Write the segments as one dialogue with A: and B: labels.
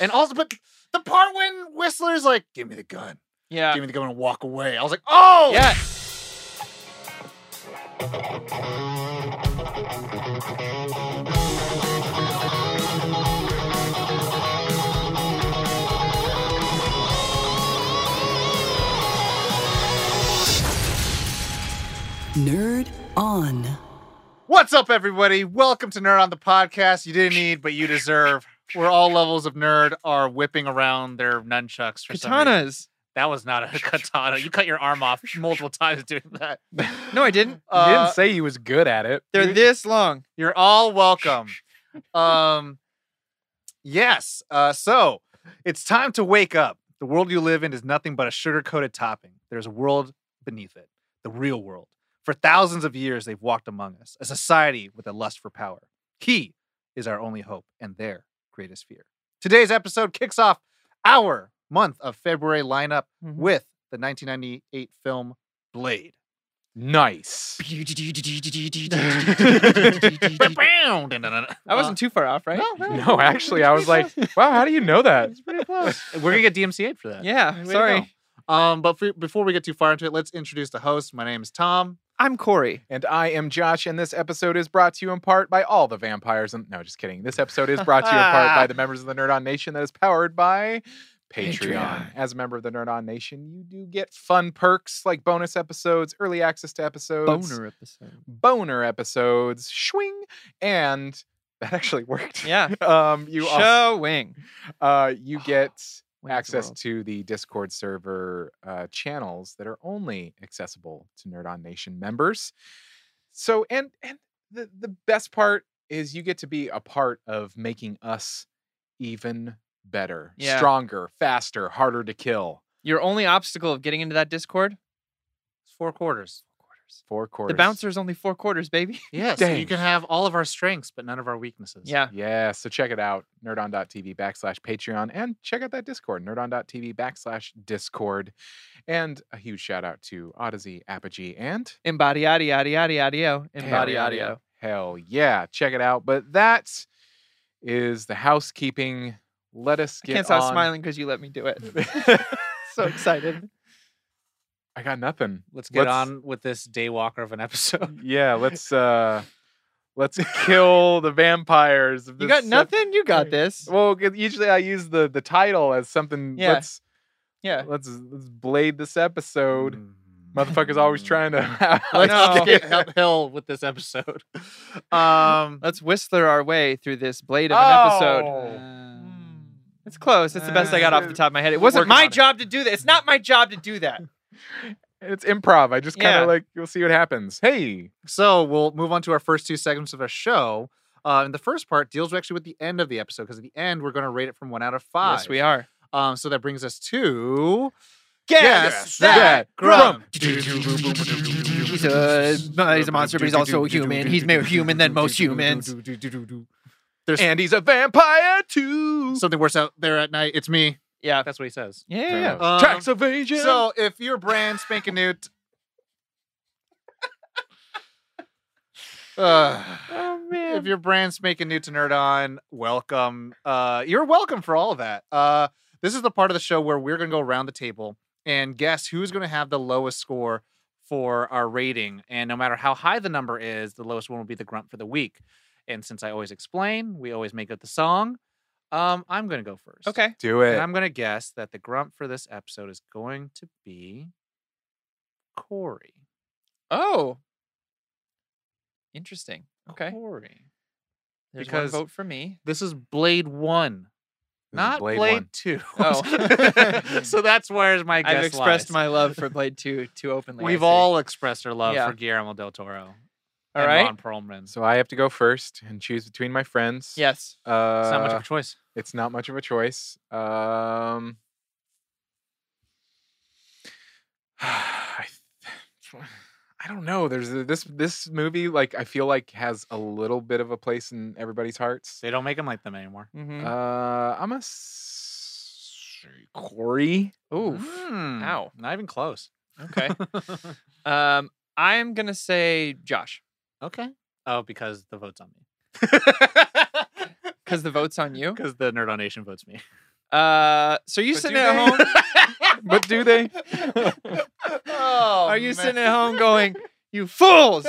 A: And also, but the part when Whistler's like, "Give me the gun,
B: Yeah.
A: give me the gun," and walk away, I was like, "Oh,
B: Yeah.
C: Nerd on.
A: What's up, everybody? Welcome to Nerd on the Podcast. You didn't need, but you deserve. Where all levels of nerd are whipping around their nunchucks for some reason.
B: Katanas.
A: That was not a katana. You cut your arm off multiple times doing that.
B: No, I didn't.
A: Uh,
D: he didn't say he was good at it.
B: They're
A: you-
B: this long.
A: You're all welcome. Um, yes. Uh, so it's time to wake up. The world you live in is nothing but a sugar coated topping. There's a world beneath it, the real world. For thousands of years, they've walked among us, a society with a lust for power. He is our only hope and their greatest fear. Today's episode kicks off our month of February lineup
B: Mhm.
A: with the 1998 film Blade.
D: Nice.
B: I wasn't too far off, right?
A: No, no.
D: No, actually, I was like, wow, how do you know that?
A: We're gonna get DMCA for that.
B: Yeah.
A: Way to
B: Sorry.
A: Um, but for, before we get too far into it, let's introduce the host. My name is Tom.
B: I'm Corey.
D: And I am Josh, and this episode is brought to you in part by all the vampires. And no, just kidding. This episode is brought to you in part by the members of the Nerd On Nation that is powered by Patreon.
B: Patreon.
D: As a member of the Nerd On Nation, you do get fun perks like bonus episodes, early access to episodes,
B: Boner episode.
D: boner episodes, swing, and that actually worked.
B: Yeah.
D: Um, you also,
B: Showing.
D: uh, you get
B: Wings
D: access
B: World.
D: to the Discord server uh, channels that are only accessible to Nerd On Nation members. So, and and the the best part is you get to be a part of making us even better,
B: Yeah.
D: stronger, faster, harder to kill.
B: Your only obstacle of getting into that Discord?
A: It's four quarters.
D: Four quarters.
B: The bouncer's only four quarters, baby.
A: Yes, you
D: Dang.
A: can have all of our strengths, but none of our weaknesses.
B: Yeah.
D: Yeah, so check it out, nerdon.tv backslash Patreon, and check out that Discord, nerdon.tv backslash Discord. And a huge shout out to Odyssey, Apogee, and
B: Embody audio, audio, audio, audio. Embody
D: Hell
B: audio.
D: Hell yeah, check it out. But that is the housekeeping. Let us
B: I
D: get
B: can't stop
D: on-
B: smiling because you let me do it. so excited.
D: I got nothing.
A: Let's get on with this daywalker of an episode.
D: Yeah, let's uh let's kill the vampires. of
B: You
D: this
B: got
D: sep-
B: nothing? You got this.
D: Well, 'cause usually I use the the title as something.
B: Yeah.
D: Let's
B: Yeah.
D: let's let's blade this episode. Motherfucker's always trying to.
A: Let's
B: Mm. No.
A: get uphill with this episode. Um,
B: Let's whistler our way through this blade of an episode.
A: Mm.
B: It's close. It's the best I got off the top of my head. It wasn't
D: Working
B: my
D: on it.
B: job to do that. It's not my job to do that.
D: It's improv. I just kind of
B: Yeah.
D: like you'll see what happens. Hey,
A: so we'll move on to our first two segments of our show. Uh, and the first part deals actually with the end of the episode because at the end we're going to rate it from one out of five.
B: Yes, we are.
A: Um, so that brings us to
B: Guess,
A: that grump.
B: He's a, he's a monster, but he's also a human. He's more human than most humans.
D: and he's a vampire too.
A: Something worse out there at night. It's me.
B: Yeah.
A: That's what he says.
B: Yeah. yeah, yeah.
A: Um,
D: Tax evasion.
A: So if you're brand spanking new, t- Ugh.
B: Oh,
A: if
B: man.
A: your brand's making new to nerd on welcome uh you're welcome for all of that uh this is the part of the show where we're gonna go around the table and guess who's gonna have the lowest score for our rating and no matter how high the number is the lowest one will be the grunt for the week and since i always explain we always make up the song um i'm gonna go first
B: Okay.
D: do it.
A: and i'm gonna guess that the grunt for this episode is going to be corey
B: Oh. Interesting. Okay.
A: corey
B: There's
A: Because-
B: one vote for me.
A: this is blade one
D: This is
A: Not Blade,
D: Blade One.
A: Two.
B: Oh.
A: so that's where's my guess
B: I've expressed
A: lies.
B: my love for Blade 2 too openly. I
A: We've
B: see.
A: all expressed our love
B: Yeah.
A: for Guillermo del Toro.
B: All
A: and
B: right.
A: Ron Perlman. So
D: So I have to go first and choose between my friends.
B: Yes.
D: Uh,
A: it's not much of a choice.
D: it's not much of a choice. Um, I, th- I don't know. There's a- this this movie. Like I feel like has a little bit of a place in everybody's hearts.
A: They don't make them like them anymore.
B: Mm-hmm.
D: Uh, I'm a s- Corey.
B: Oof.
A: Mm,
B: Ow.
A: Not even close.
B: Okay. Um, I'm gonna say Josh
A: okay. Oh, because the vote's on me.
B: because the vote's on you.
A: Because the Nerd on Nation votes me.
B: Uh, so you
D: But
B: sitting
D: do
B: at
D: they?
B: home? but do they?
D: Oh,
B: Are you sitting
D: man.
B: at home going, you fools?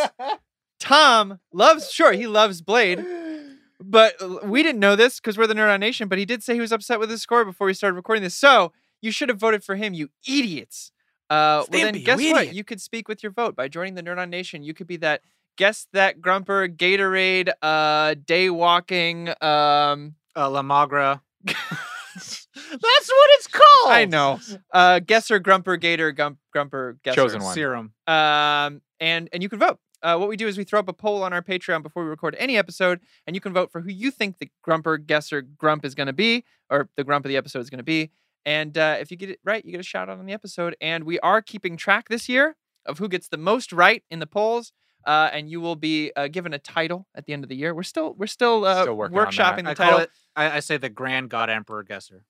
B: Tom loves, sure, he loves Blade, but l- we didn't know this because we're the Nerd on Nation, but he did say he was upset with his score before we started recording this. So you should have voted for him, you idiots. Uh, well, then
D: Stimpy, you
B: guess what?
D: idiot.
B: You could speak with your vote by joining the Nerd on Nation. You could be that guess that grumper, Gatorade, uh, day walking. Um,
E: Uh, La Magra.
B: That's what it's called. I know. Uh, guesser, grumper, gator, gump, grumper, guesser.
D: Chosen one.
E: Serum.
B: Um, and and you can vote. Uh, what we do is we throw up a poll on our Patreon before we record any episode, and you can vote for who you think the grumper, guesser, grump is going to be, or the grump of the episode is going to be. And uh, if you get it right, you get a shout out on the episode. And we are keeping track this year of who gets the most right in the polls. Uh, and you will be uh, given a title at the end of the year. We're still we're still, uh,
D: Still working on that.
B: workshopping the
E: I
B: title.
E: call it. I, I say the Grand God Emperor Guesser.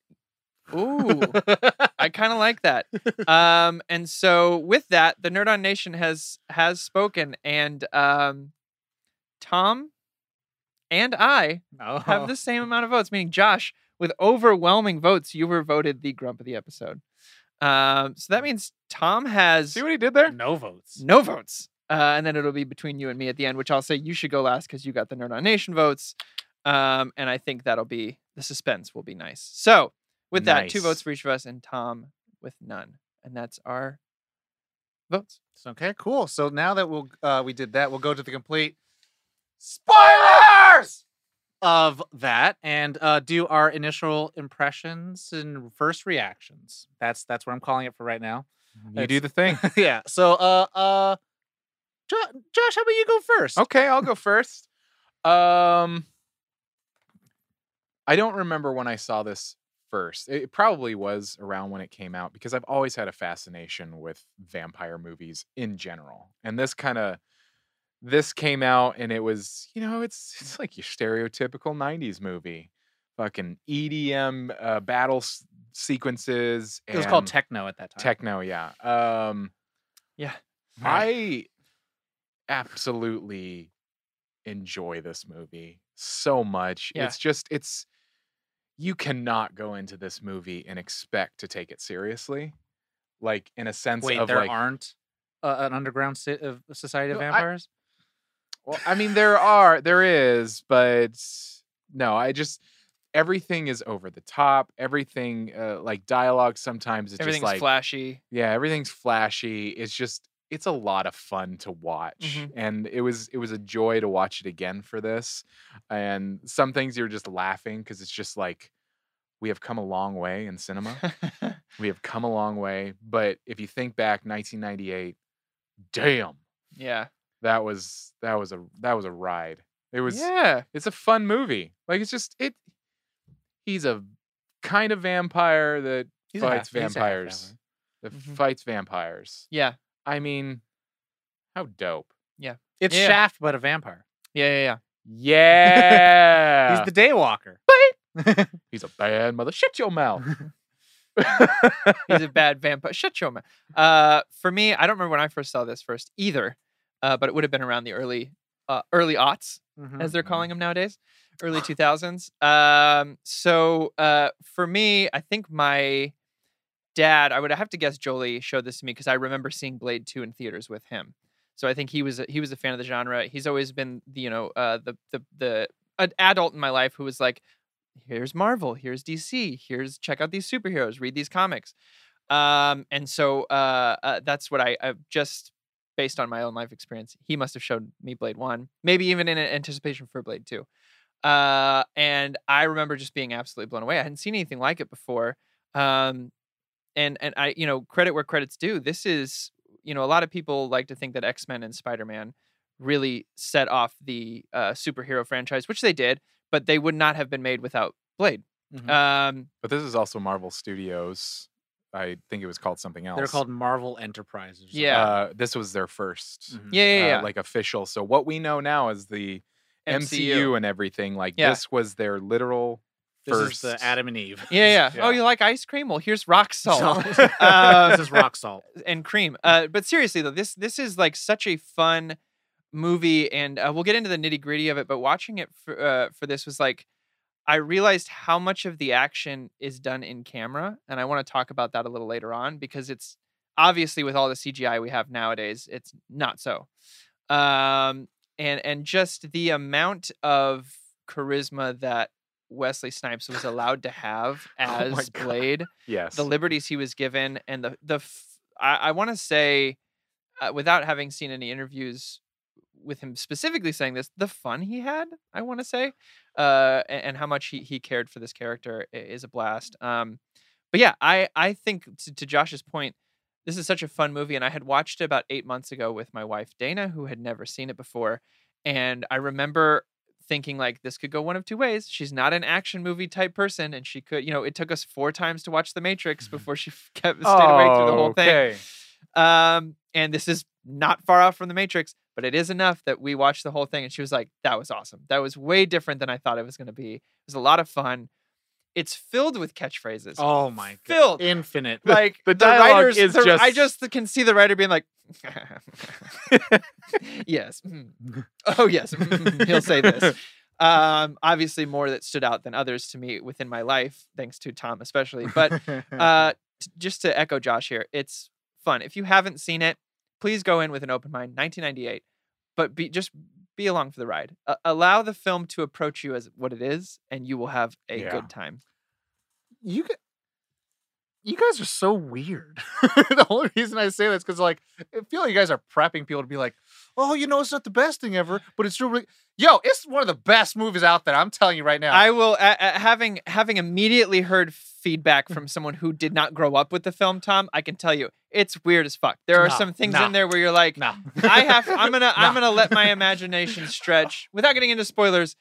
B: Ooh, I kind of like that. Um, and so with that, the Nerd on Nation has has spoken, and um, Tom and I
E: Oh.
B: have the same amount of votes. Meaning, Josh, with overwhelming votes, you were voted the grump of the episode. Um, so that means Tom has
D: See what he did there?
E: no votes.
B: no votes, uh, and then it'll be between you and me at the end, which I'll say you should go last because you got the Nerd on Nation votes. Um, and I think that'll be the suspense will be nice. So with that, two
D: Nice.
B: votes for each of us, and Tom with none, and that's our votes.
E: So, Okay, cool. So now that we'll uh, we did that, we'll go to the complete
D: Spoilers!
E: of that and uh, do our initial impressions and first reactions. That's that's what I'm calling it for right now.
D: You do the thing.
E: yeah. So, uh, uh, jo- Josh, how about you go first?
D: Okay, I'll go first. Um, I don't remember when I saw this first. It it probably was around when it came out because I've always had a fascination with vampire movies in general, and this kind of this came out and it was you know it's it's like your stereotypical '90s movie, fucking EDM uh, battle s- sequences.
E: It was called
D: and
E: Techno at that time.
D: techno, yeah. Um,
B: Yeah.
D: I absolutely enjoy this movie so much.
B: Yeah.
D: It's just it's you cannot go into this movie and expect to take it seriously. Like in a sense
E: Wait,
D: of
E: there
D: like
E: aren't uh, an underground si- of society of
D: No, I-
E: vampires.
D: well, I mean there are there is, but no, I just everything is over the top. Everything uh, like dialogue sometimes it's
B: Everything's
D: just like
B: flashy.
D: yeah everything's flashy it's just it's a lot of fun to watch
E: Mm-hmm.
B: Mhm.
D: and it was it was a joy to watch it again for this and some things you're just laughing because it's just like we have come a long way in cinema we have come a long way but if you think back 1998 damn
B: yeah.
D: that was that was a that was a ride it was
B: yeah.
D: it's a fun movie like it's just it he's a kind of vampire that
E: a
D: fights
E: half- Oh, he's a half
D: vampires
E: vampire. Mm-hmm.
D: that
B: Mhm.
D: fights vampires
B: Yeah.
D: I mean, how dope.
E: It's
B: Yeah.
E: Shaft, but a vampire.
B: Yeah. Yeah. Yeah.
D: Yeah.
E: He's the Daywalker.
D: He's a bad mother. Shut your mouth.
B: He's a bad vampire. Shut your mouth. Uh, for me, I don't remember when I first saw this first either, uh, but it would have been around the early uh, early aughts.
E: Mm-hmm,
B: as they're
A: Mm-hmm.
D: Mhm.
B: calling them nowadays, early 2000s. Um, so uh, for me, I think my dad, I would have to guess Jolie showed this to me because I remember seeing Blade 2 in theaters with him. So I think he was a, he was a fan of the genre. He's always been, the, you know, uh, the the the an adult in my life who was like, here's Marvel, here's DC, here's check out these superheroes, read these comics, um, and so uh, uh, that's what I I've just based on my own life experience, he must have showed me Blade One, maybe even in anticipation for Blade Two. Uh, and I remember just being absolutely blown away. I hadn't seen anything like it before. Um, and and I, you know, credit where credit's due. This is, you know, a lot of people like to think that X Men and Spider Man really set off the uh, superhero franchise, which they did, but they would not have been made without Blade.
E: Mhm.
B: Um,
D: but this is also Marvel Studios. I think it was called something else.
E: They're called Marvel Enterprises.
B: Yeah.
D: Uh, this was their 1st
A: Mm-hmm.
E: Mhm.
B: yeah, yeah,
D: uh,
B: yeah.
D: like official. So what we know now is the MCU, and everything. Like
B: Yeah.
D: this was their literal
E: This
D: first.
E: is the Adam and Eve.
B: Yeah, yeah. Oh,
D: Yeah.
B: you like ice cream? Well, here's rock salt.
E: Salt. Uh, this is rock salt.
B: and cream. Uh, but seriously though, this this is like such a fun movie, and uh, we'll get into the nitty gritty of it. But watching it for uh, for this was like, I realized how much of the action is done in camera, and I want to talk about that a little later on because it's obviously with all the CGI we have nowadays, it's not so. Um, and and just the amount of charisma that Wesley Snipes was allowed to have
D: Oh my
B: as
D: God.
B: Blade
D: Yes.
B: the liberties he was given and the the f- I, want to say uh, without having seen any interviews with him specifically saying this the fun he had I want to say uh a- and, how much he he cared for this character i- is a blast um but yeah I I think to, to Josh's point this is such a fun movie and I had watched it about 8 months ago with my wife Dana who had never seen it before and I remember thinking like this could go one of two ways. She's not an action movie type person, and she could, you know, it took us four times to watch The Matrix
D: Mhm.
B: before she f- kept stayed awake through the whole thing.
D: Okay.
B: Um, and this is not far off from The Matrix, but it is enough that we watched the whole thing, and she was like, "That was awesome. That was way different than I thought it was going to be. It was a lot of fun. It's filled with catchphrases.
A: Oh my god.
B: filled
A: Infinite.
D: The-
B: like
D: the dialogue
B: writers,
D: is
B: the- I
D: just-
B: just can see the writer being like, yes, mm. oh yes, mm, he'll say this. Um, obviously, more that stood out than others to me within my life, thanks to Tom especially. But uh, t- just to echo Josh here, it's fun. If you haven't seen it, please go in with an open mind. 1998, but be just be along for the ride. A- allow the film to approach you as what it is, and you will have a
D: Yeah.
B: good time.
A: you g- you guys are so weird. the only reason I say that's because like I feel like you guys are prepping people to be like, oh, you know, it's not the best thing ever, but it's really yo, it's one of the best movies out there. I'm telling you right now.
B: I will a a- having having immediately heard feedback from someone who did not grow up with the film. Tom, I can tell you, it's weird as fuck. There are
A: Nah,
B: some things
A: nah,
B: in there where you're like,
A: no.
B: I have. I'm gonna. I'm
A: Nah.
B: gonna let my imagination stretch without getting into spoilers.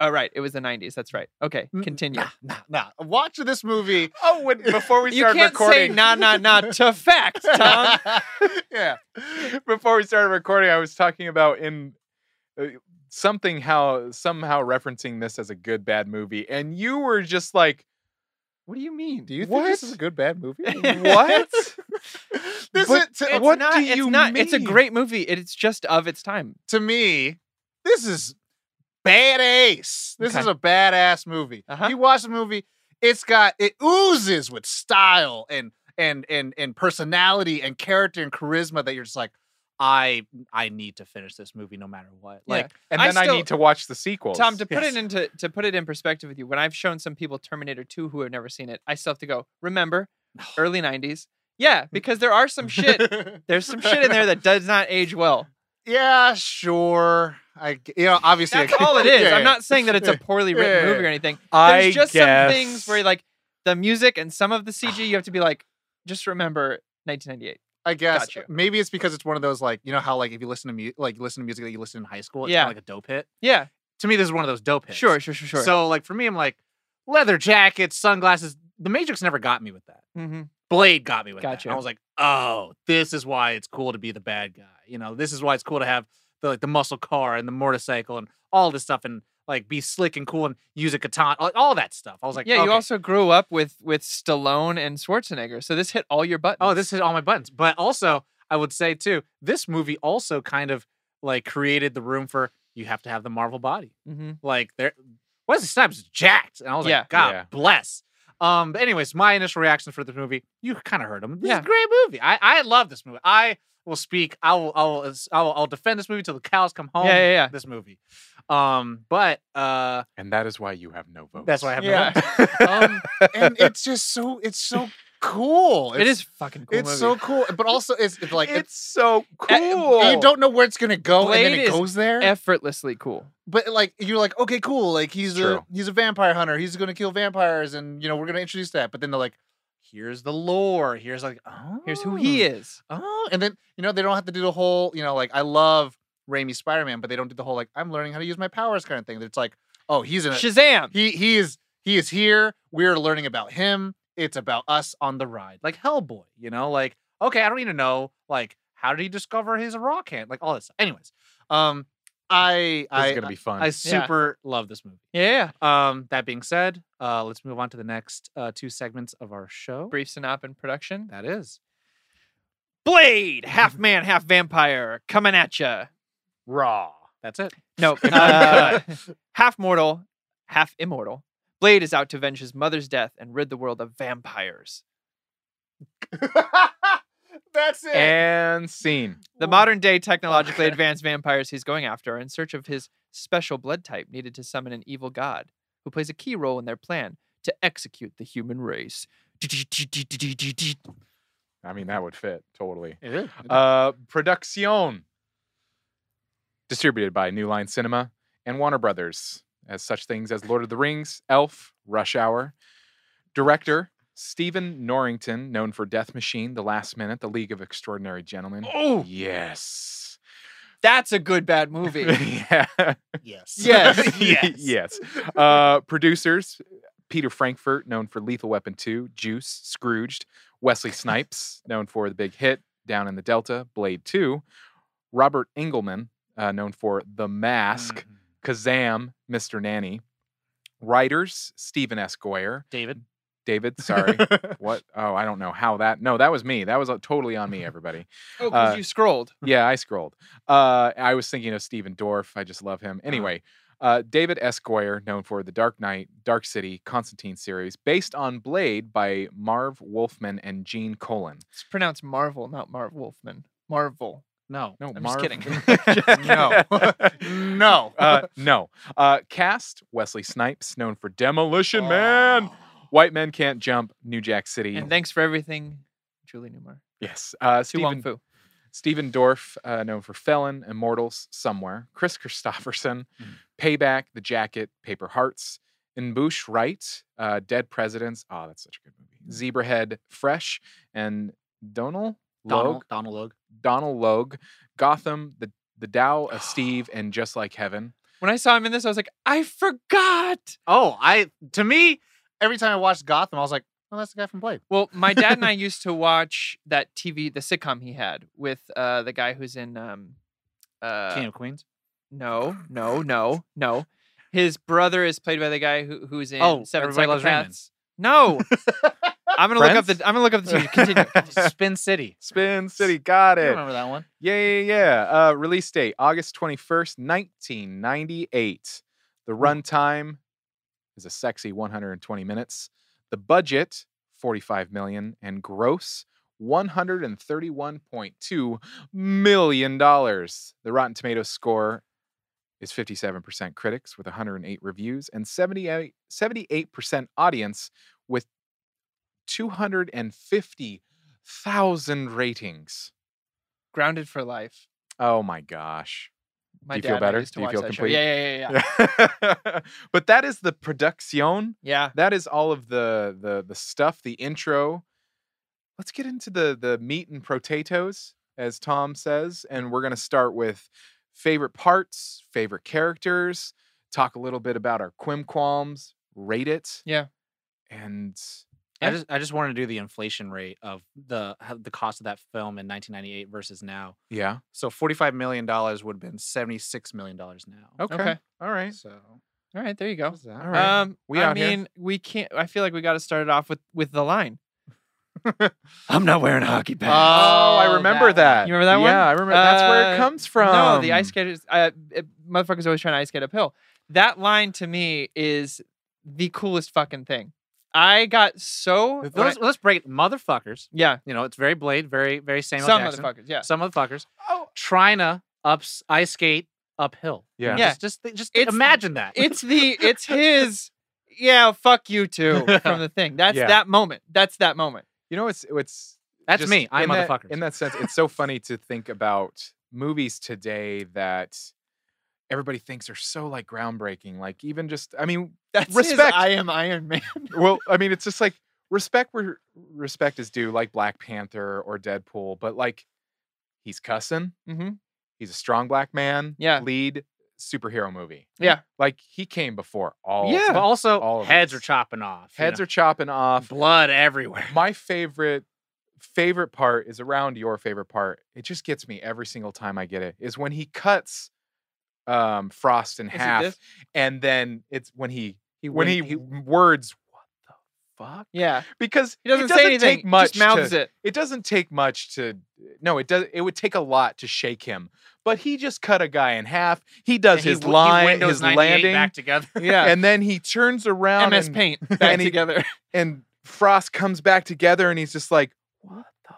B: All right, it was the '90s. That's right. Okay,
A: Mm,
B: continue.
A: Nah, nah, nah. Watch this movie.
D: Oh, when, before we
B: You
D: started
B: can't say
D: recording,
B: nah, nah, nah to fact, Tom.
A: yeah.
D: before we started recording, I was talking about in uh, something how somehow referencing this as a good bad movie, and you were just like,
B: What do you mean?
A: Do you think this is
D: What?
A: a good bad movie?
D: "What?
A: this
D: But-
A: is, to,
B: It's
D: What
B: not,
D: do
B: it's
D: you
B: not, It's a
D: mean?
B: great movie. It- It's just of its time.
A: to me, this is badass. This
B: Okay.
A: is a badass movie.
B: Uh-huh.
A: You watch the movie, it's got it oozes with style and and and and personality and character and charisma that you're just like, I I need to finish this movie no matter what.
B: Yeah.
A: Like
D: And
B: I
D: then I,
B: still-
D: need to watch the sequel.
B: Tom, to put
A: Yes.
B: it into to put it in perspective with you, when I've shown some people Terminator 2 who have never seen it, I still have to go, remember, early 90s. Yeah, because there are some shit. There's some shit in there that does not age well.
A: yeah, sure. I g- you know obviously I
B: That's
A: g-
B: all it is.
A: yeah,
B: I'm
A: yeah.
B: not saying that it's a poorly written
A: Yeah, yeah,
B: movie or
A: yeah.
B: anything.
D: I
B: There's just
D: guess
B: some things where like the music and some of the CG you have to be like, just remember 1998.
A: I guess
B: Got you.
A: maybe it's because it's one of those like you know how like if you listen to mu- like you listen to music that you listen in high school, it's
B: Yeah.
A: kind of like a dope hit.
B: Yeah,
A: To me, this is one of those dope hits.
B: sure, sure, sure, sure.
A: So like for me, I'm like leather jackets, sunglasses. The Matrix never got me with that.
B: hmm
A: Blade got me with that.
B: Gotcha.
A: And I was like, oh, this is why it's cool to be the bad guy. You know, this is why it's cool to have the like the muscle car and the motorcycle and all this stuff and like be slick and cool and use a katana, like all that stuff. I was like,
B: yeah, you
A: okay.
B: also grew up with with Stallone and Schwarzenegger, so this hit all your buttons.
A: Oh, this hit all my buttons. But also, I would say too, this movie also kind of like created the room for you have to have the Marvel body.
B: hmm
A: Like there Wesley Snipes is jacked. And I was
B: Yeah.
A: like, God
D: Yeah.
A: bless. Um, but anyways, my initial reaction for this movie, you kind of heard him. This
B: Yeah.
A: is a great movie. I, I love this movie. I will speak, I will, I will I will I'll defend this movie till the cows come home.
B: Yeah, yeah, yeah.
A: This movie. Um, but uh
D: and that is why you have no votes.
A: that's why I have
B: Yeah.
A: no um, and it's just so it's so cool.
B: It
A: It's-
B: is fucking cool.
A: it's
B: movie.
A: so cool, but also it's, it's like
D: it's,
A: it's
D: so cool.
A: you don't know where it's gonna go, and
B: Blade
A: then it
B: is
A: goes there.
B: effortlessly cool.
A: but like you're like, okay, cool. Like he's
D: True.
A: a he's a vampire hunter. He's gonna kill vampires, and you know we're gonna introduce that. But then they're like, here's the lore. Here's like, oh,
B: Here's who he is.
A: Oh, and then you know they don't have to do the whole. You know, like I love Raimi Spider Man, but they don't do the whole like I'm learning how to use my powers kind of thing. It's like, oh, he's in a
B: Shazam.
A: he he is he is here. We're learning about him. It's about us on the ride, like Hellboy. You know, like okay, I don't need to know like how did he discover his rock hand, like all this. Stuff. Anyways, um, I
D: This
A: I
D: is gonna be fun.
A: I super love this movie.
B: Yeah, yeah.
A: Um, that being said, uh, let's move on to the next uh, two segments of our show.
B: Brief synop in production.
A: That is
B: Blade, half man, half vampire, coming at ya.
A: raw. That's it.
B: No, uh, half mortal, half immortal, Blade is out to avenge his mother's death and rid the world of vampires.
E: That's it.
D: And scene.
B: The modern day technologically advanced vampires he's going after are in search of his special blood type needed to summon an evil god who plays a key role in their plan to execute the human race.
D: I mean, that would fit totally.
E: It is.
D: Uh, Production. Distributed by New Line Cinema and Warner Brothers, as such things as Lord of the Rings, Elf, Rush Hour. Director Stephen Norrington, known for Death Machine, The Last Minute, The League of Extraordinary Gentlemen.
B: Oh,
D: Yes.
B: that's a good bad movie.
D: yeah.
E: yes.
B: Yes.
E: yes.
D: yes. Uh, producers Peter Frankfurt, known for Lethal Weapon 2, Juice, Scrooged. Wesley Snipes, known for The Big Hit, Down in the Delta, Blade 2. Robert Engelman, uh, known for The Mask,
E: Mm.
D: Kazam, Mr. Nanny. Writers Stephen S. Goyer,
E: David.
D: David, sorry. what? Oh, I don't know how that. No, that was me. That was uh, totally on me, everybody.
B: Oh, because
D: Uh,
B: you scrolled.
D: Yeah, I scrolled. Uh, I was thinking of Steven Dorff. I just love
B: Uh-huh.
D: him. Anyway, uh, David S. Goyer, known for the Dark Knight, Dark City, Constantine series, based on Blade by Marv Wolfman and Gene Colan.
B: It's pronounced Marvel, not Marv Wolfman. Marvel.
E: No.
D: No,
B: I'm
D: Marv.
B: just kidding.
E: No. no.
D: uh, no. Uh, cast Wesley Snipes, known for Demolition Man, White Men Can't Jump, New Jack City.
B: Oh. and thanks for everything, Julie Newmar.
D: yes. Uh,
B: Tu Wong
D: Stephen
B: Fu.
D: Stephen Dorff, uh, known for Felon, Immortals, Somewhere, Chris Christopherson,
E: Mm.
D: Payback, The Jacket, Paper Hearts, Bush Wright, uh, Dead Presidents. Oh, that's such a good movie. Zebrahead, Fresh, and Donal Logue,
E: Donald. Donald Logue.
D: Donald Logue, Gotham, The the Dow of Steve, and Just Like Heaven.
B: When I saw him in this, I was like, I forgot.
E: Oh, I to me, every time I watched Gotham, I was like, "Oh, that's the guy from Blade."
B: Well, my dad and I used to watch that TV, the sitcom he had with uh, the guy who's in. Um, uh,
E: King of Queens.
B: no, no, no, no. His brother is played by the guy who, who's in
E: Oh,
B: Seven
E: Everybody Loves Raymond.
B: Psychopaths. No, I'm gonna look up
D: Friends?
B: the. I'm gonna look up the TV. Continue.
E: Spin City.
D: Spin City, got
E: I
D: it.
E: remember that one.
D: Yeah, yeah, yeah. Uh, release date August 21st, 1998. The runtime is a sexy 120 minutes. The budget 45 million and gross 131.2 million dollars. The Rotten Tomatoes score is 57% critics with 108 reviews and 78 78% audience with 250,000 ratings.
B: Grounded for life.
D: Oh my gosh.
B: My
D: Do you
B: dad
D: feel
B: and I
D: better?
B: used to
D: Do you
B: watch
D: feel
B: that show.
D: complete?
B: Yeah, yeah, yeah, yeah.
D: but that is the production.
B: yeah.
D: That is all of the the the stuff, the intro. Let's get into the the meat and potatoes, as Tom says, and we're gonna start with favorite parts, favorite characters, talk a little bit about our quimqualms, rate it.
B: Yeah.
D: And
E: I
D: Yeah.
E: just I just wanted to do the inflation rate of the how- the cost of that film in 1998 versus now.
D: yeah.
E: So 45 million dollars would have been 76 million dollars now.
D: Okay.
B: Okay.
D: All right.
E: So
B: All right, there you go.
E: what was that?
D: All right.
B: Um,
D: We
B: I
D: out here.
B: mean, we can't. I feel like we got to start it off with with the line.
E: I'm not wearing hockey
D: Oh, I
B: Oh,
D: remember
B: that one.
D: that.
B: You remember that one?
D: Yeah, I remember. That's where
B: Uh,
D: it comes from.
B: No, the ice skaters, uh, it- motherfuckers always trying to ice skate uphill. That line to me is the coolest fucking thing. I got so when I-
E: Let's, let's break it. motherfuckers.
B: yeah,
E: You know, it's very Blade, very very Samuel
B: some
E: Jackson.
B: motherfuckers, yeah.
E: Some motherfuckers
D: Oh,
E: trying to ups ice skate uphill. You know,
D: Yeah.
E: Just just, thi- just
B: It's-
E: imagine that.
B: It's the it's his. Yeah, fuck you too from the thing. That's
D: Yeah.
B: that moment. That's that moment.
D: You know, it's it's
E: That's
D: just
E: me. I'm
D: in that-
E: motherfuckers.
D: in that sense, it's so funny to think about movies today that everybody thinks are so like groundbreaking. Like even just, I mean,
B: That's his
D: Respect.
B: I am Iron Man.
D: well, I mean, it's just like respect where respect is due, like Black Panther or Deadpool, but like he's cussing.
B: mm-hmm.
D: He's a strong black man.
B: Yeah.
D: lead superhero movie.
B: Yeah.
D: like he came before all.
B: Yeah.
E: But also
D: all of
E: heads
D: us.
E: are chopping off. you
D: heads
E: know,
D: are chopping off.
E: blood everywhere.
D: my favorite favorite part is around your favorite part. It just gets me every single time I get it. Is when he cuts um Frost in
B: it
D: half,
B: this?
D: and then it's when he when
E: wait-
D: he, words what the fuck?
B: Yeah.
D: Because
B: He doesn't,
D: it doesn't
B: say anything.
D: take much
B: Just mouths
D: to,
B: it.
D: it doesn't take much to no it does it would take a lot to shake him but he just cut a guy in half he does
F: And he
D: his
F: w- he
D: line
F: Windows
D: his
F: 98
D: landing
F: back together.
B: Yeah.
D: and then he turns around
B: MS
D: and,
B: Paint back
D: and he-
B: together.
D: and frost comes back together and he's just like what the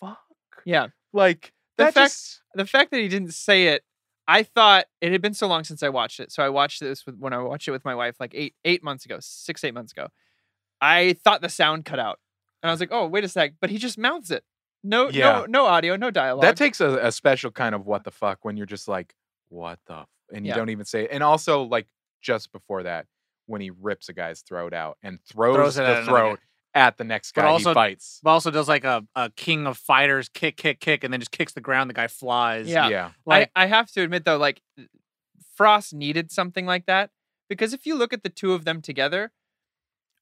D: fuck
B: Yeah.
D: like
B: The
D: that
B: fact-
D: just-
B: The fact that he didn't say it, I thought it had been so long since I watched it. So I watched this with, when I watched it with my wife like eight eight months ago, six eight months ago. I thought the sound cut out, and I was like, oh wait a sec, but he just mouths it. No,
D: Yeah.
B: no, no audio, no dialogue.
D: that takes a, a special kind of what the fuck when you're just like what the f-? and you
B: Yeah.
D: don't even say it. and also like just before that when he rips a guy's throat out and throws,
A: Throws it at
D: the
A: another guy.
D: throat at the next
A: But
D: guy
A: also-
D: he fights
A: But also does like a, a king of fighters kick, kick, kick, and then just kicks the ground. The guy flies.
B: Yeah.
A: Like,
B: I, I have to admit though, like Frost needed something like that because if you look at the two of them together,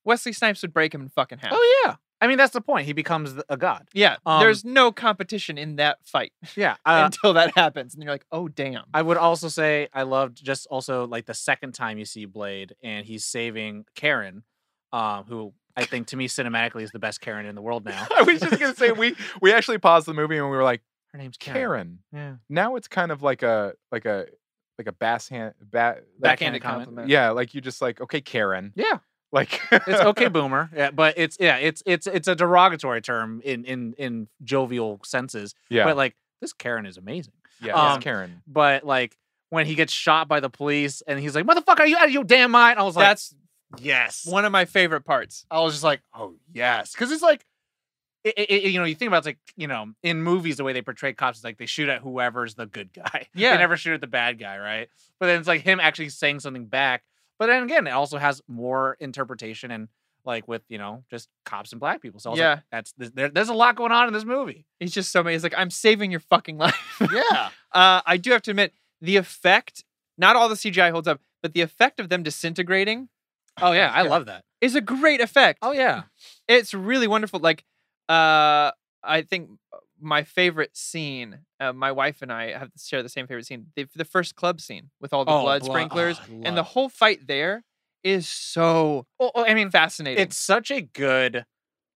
B: Wesley Snipes would break him in fucking half.
D: oh yeah
A: I mean, that's the point. He becomes th- a god.
B: yeah,
A: Um,
B: there's no competition in that fight
A: Yeah. Uh,
B: until that happens, and you're like, oh damn.
A: I would also say I loved just also like the second time you see Blade and he's saving Karen, um, who I think to me cinematically is the best Karen in the world now.
D: I was just gonna say we we actually paused the movie and we were like
A: Her name's Karen.
D: Karen.
A: Yeah.
D: Now it's kind of like a like a like a bass hand ba- like,
A: Backhanded comment.
D: yeah like you just like okay Karen
A: Yeah.
D: like
A: It's okay, boomer. Yeah, but it's yeah, it's it's it's a derogatory term in in in jovial senses.
D: yeah
A: But like this Karen is amazing.
D: yeah
A: um,
D: it's Karen
A: But like when he gets shot by the police and he's like, "Motherfucker, are you out of your damn mind?" I was like,
B: That's
A: yes."
B: one of my favorite parts.
A: I was just like, oh yes, because it's like, i i i- you know, you think about it, it's like, you know, in movies the way they portray cops is like they shoot at whoever's the good guy.
B: Yeah.
A: they never shoot at the bad guy, right? But then it's like him actually saying something back. But then again, it also has more interpretation and like with you know just cops and black people. So I was like,
B: Yeah.
A: that's th- there, there's a lot going on in this movie.
B: He's just so many. He's like, I'm saving your fucking life.
A: Yeah,
B: Uh, I do have to admit the effect. Not all the CGI holds up, but the effect of them disintegrating
A: oh yeah, I
B: Yeah.
A: love that.
B: is a great effect.
A: Oh yeah,
B: it's really wonderful like uh i think my favorite scene uh, my wife and i have share the same favorite scene the, the first club scene with all the
A: Oh,
B: blood,
A: blood. Oh,
B: sprinklers
A: I
B: and the
A: love it.
B: whole fight there is so oh,
A: Well, well, I mean,
B: fascinating
A: It's such a good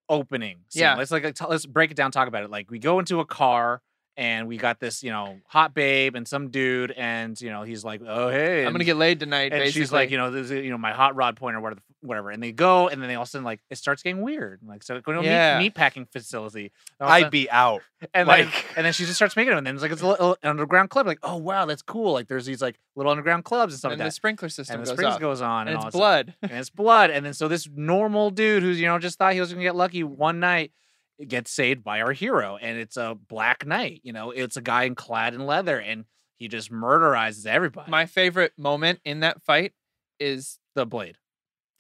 A: opening. Scene.
B: Yeah.
A: Let's like like, t- let's break it down. Talk about it. Like we go into a car and we got this you know hot babe and some dude and you know he's like oh hey
B: i'm gonna
A: and-
B: get laid tonight
A: and she's like
B: basically.
A: you know this is, you know my hot rod pointer whatever whatever and they go and then they all of a sudden like it starts getting weird like so going to
B: Yeah.
A: a meat, meat packing facility And all of a
D: I'd
A: sudden-
D: be out
A: and then,
D: like-
A: and then she just starts making them and then it's like it's a little underground club like oh wow that's cool like there's these like little underground clubs and stuff
B: and
A: like
B: the
A: that
B: sprinkler system
A: and the
B: goes
A: springs
B: off,
A: goes on
B: and
A: all
B: it's
A: that stuff
B: blood
A: and it's blood. And then so this normal dude who's you know just thought he was gonna get lucky one night gets saved by our hero, and it's a black knight. You know, it's a guy in clad in leather, and he just murderizes everybody.
B: my favorite moment in that fight is
A: the blade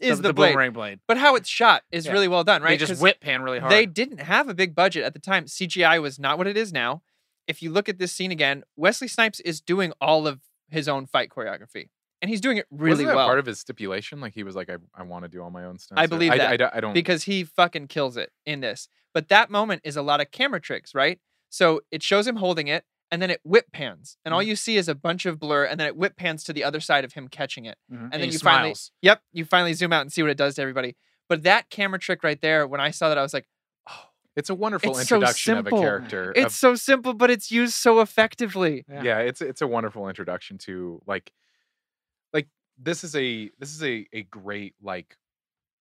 B: is
A: the,
B: the, blade
A: boomerang blade?
B: but how it's shot is
A: Yeah.
B: really well done right
A: They just
B: 'Cause-
A: whip pan really hard.
B: They didn't have a big budget at the time. CGI was not what it is now. If you look at this scene again, Wesley Snipes is doing all of his own fight choreography, and he's doing it really
D: Wasn't that
B: well
D: part of his stipulation like he was like I, I want to do all my own stunts
B: I
D: or-
B: believe
D: I,
B: that,
D: I, don't- I don't
B: because he fucking kills it in this. But that moment is a lot of camera tricks, right? So it shows him holding it, and then it whip pans, and
D: Mm.
B: all you see is a bunch of blur, and then it whip pans to the other side of him catching it.
A: Mhm. and,
B: then
A: he
B: you finally-
A: smiles.
B: Yep, you finally zoom out and see what it does to everybody. But that camera trick right there, when I saw that, I was like,
D: it's a wonderful
B: It's so
D: introduction of a
B: simple.
D: character
B: it's so simple, but it's used so effectively.
A: Yeah.
D: yeah. it's it's a wonderful introduction to like like this is a this is a a great like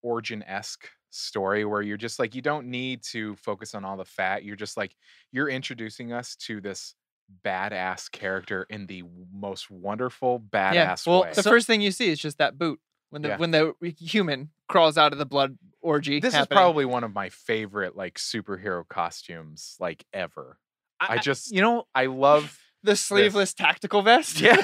D: origin-esque story where you're just like you don't need to focus on all the fat you're just like you're introducing us to this badass character in the w- most wonderful badass
A: well,
D: way
B: The
A: So-
B: first thing you see is just that boot when the
D: Yeah.
B: when the re- human crawls out of the blood orgy.
D: this is
B: happening.
D: probably one of my favorite like superhero costumes like ever i, just
A: you know,
D: i love
B: the sleeveless tactical vest.
D: yeah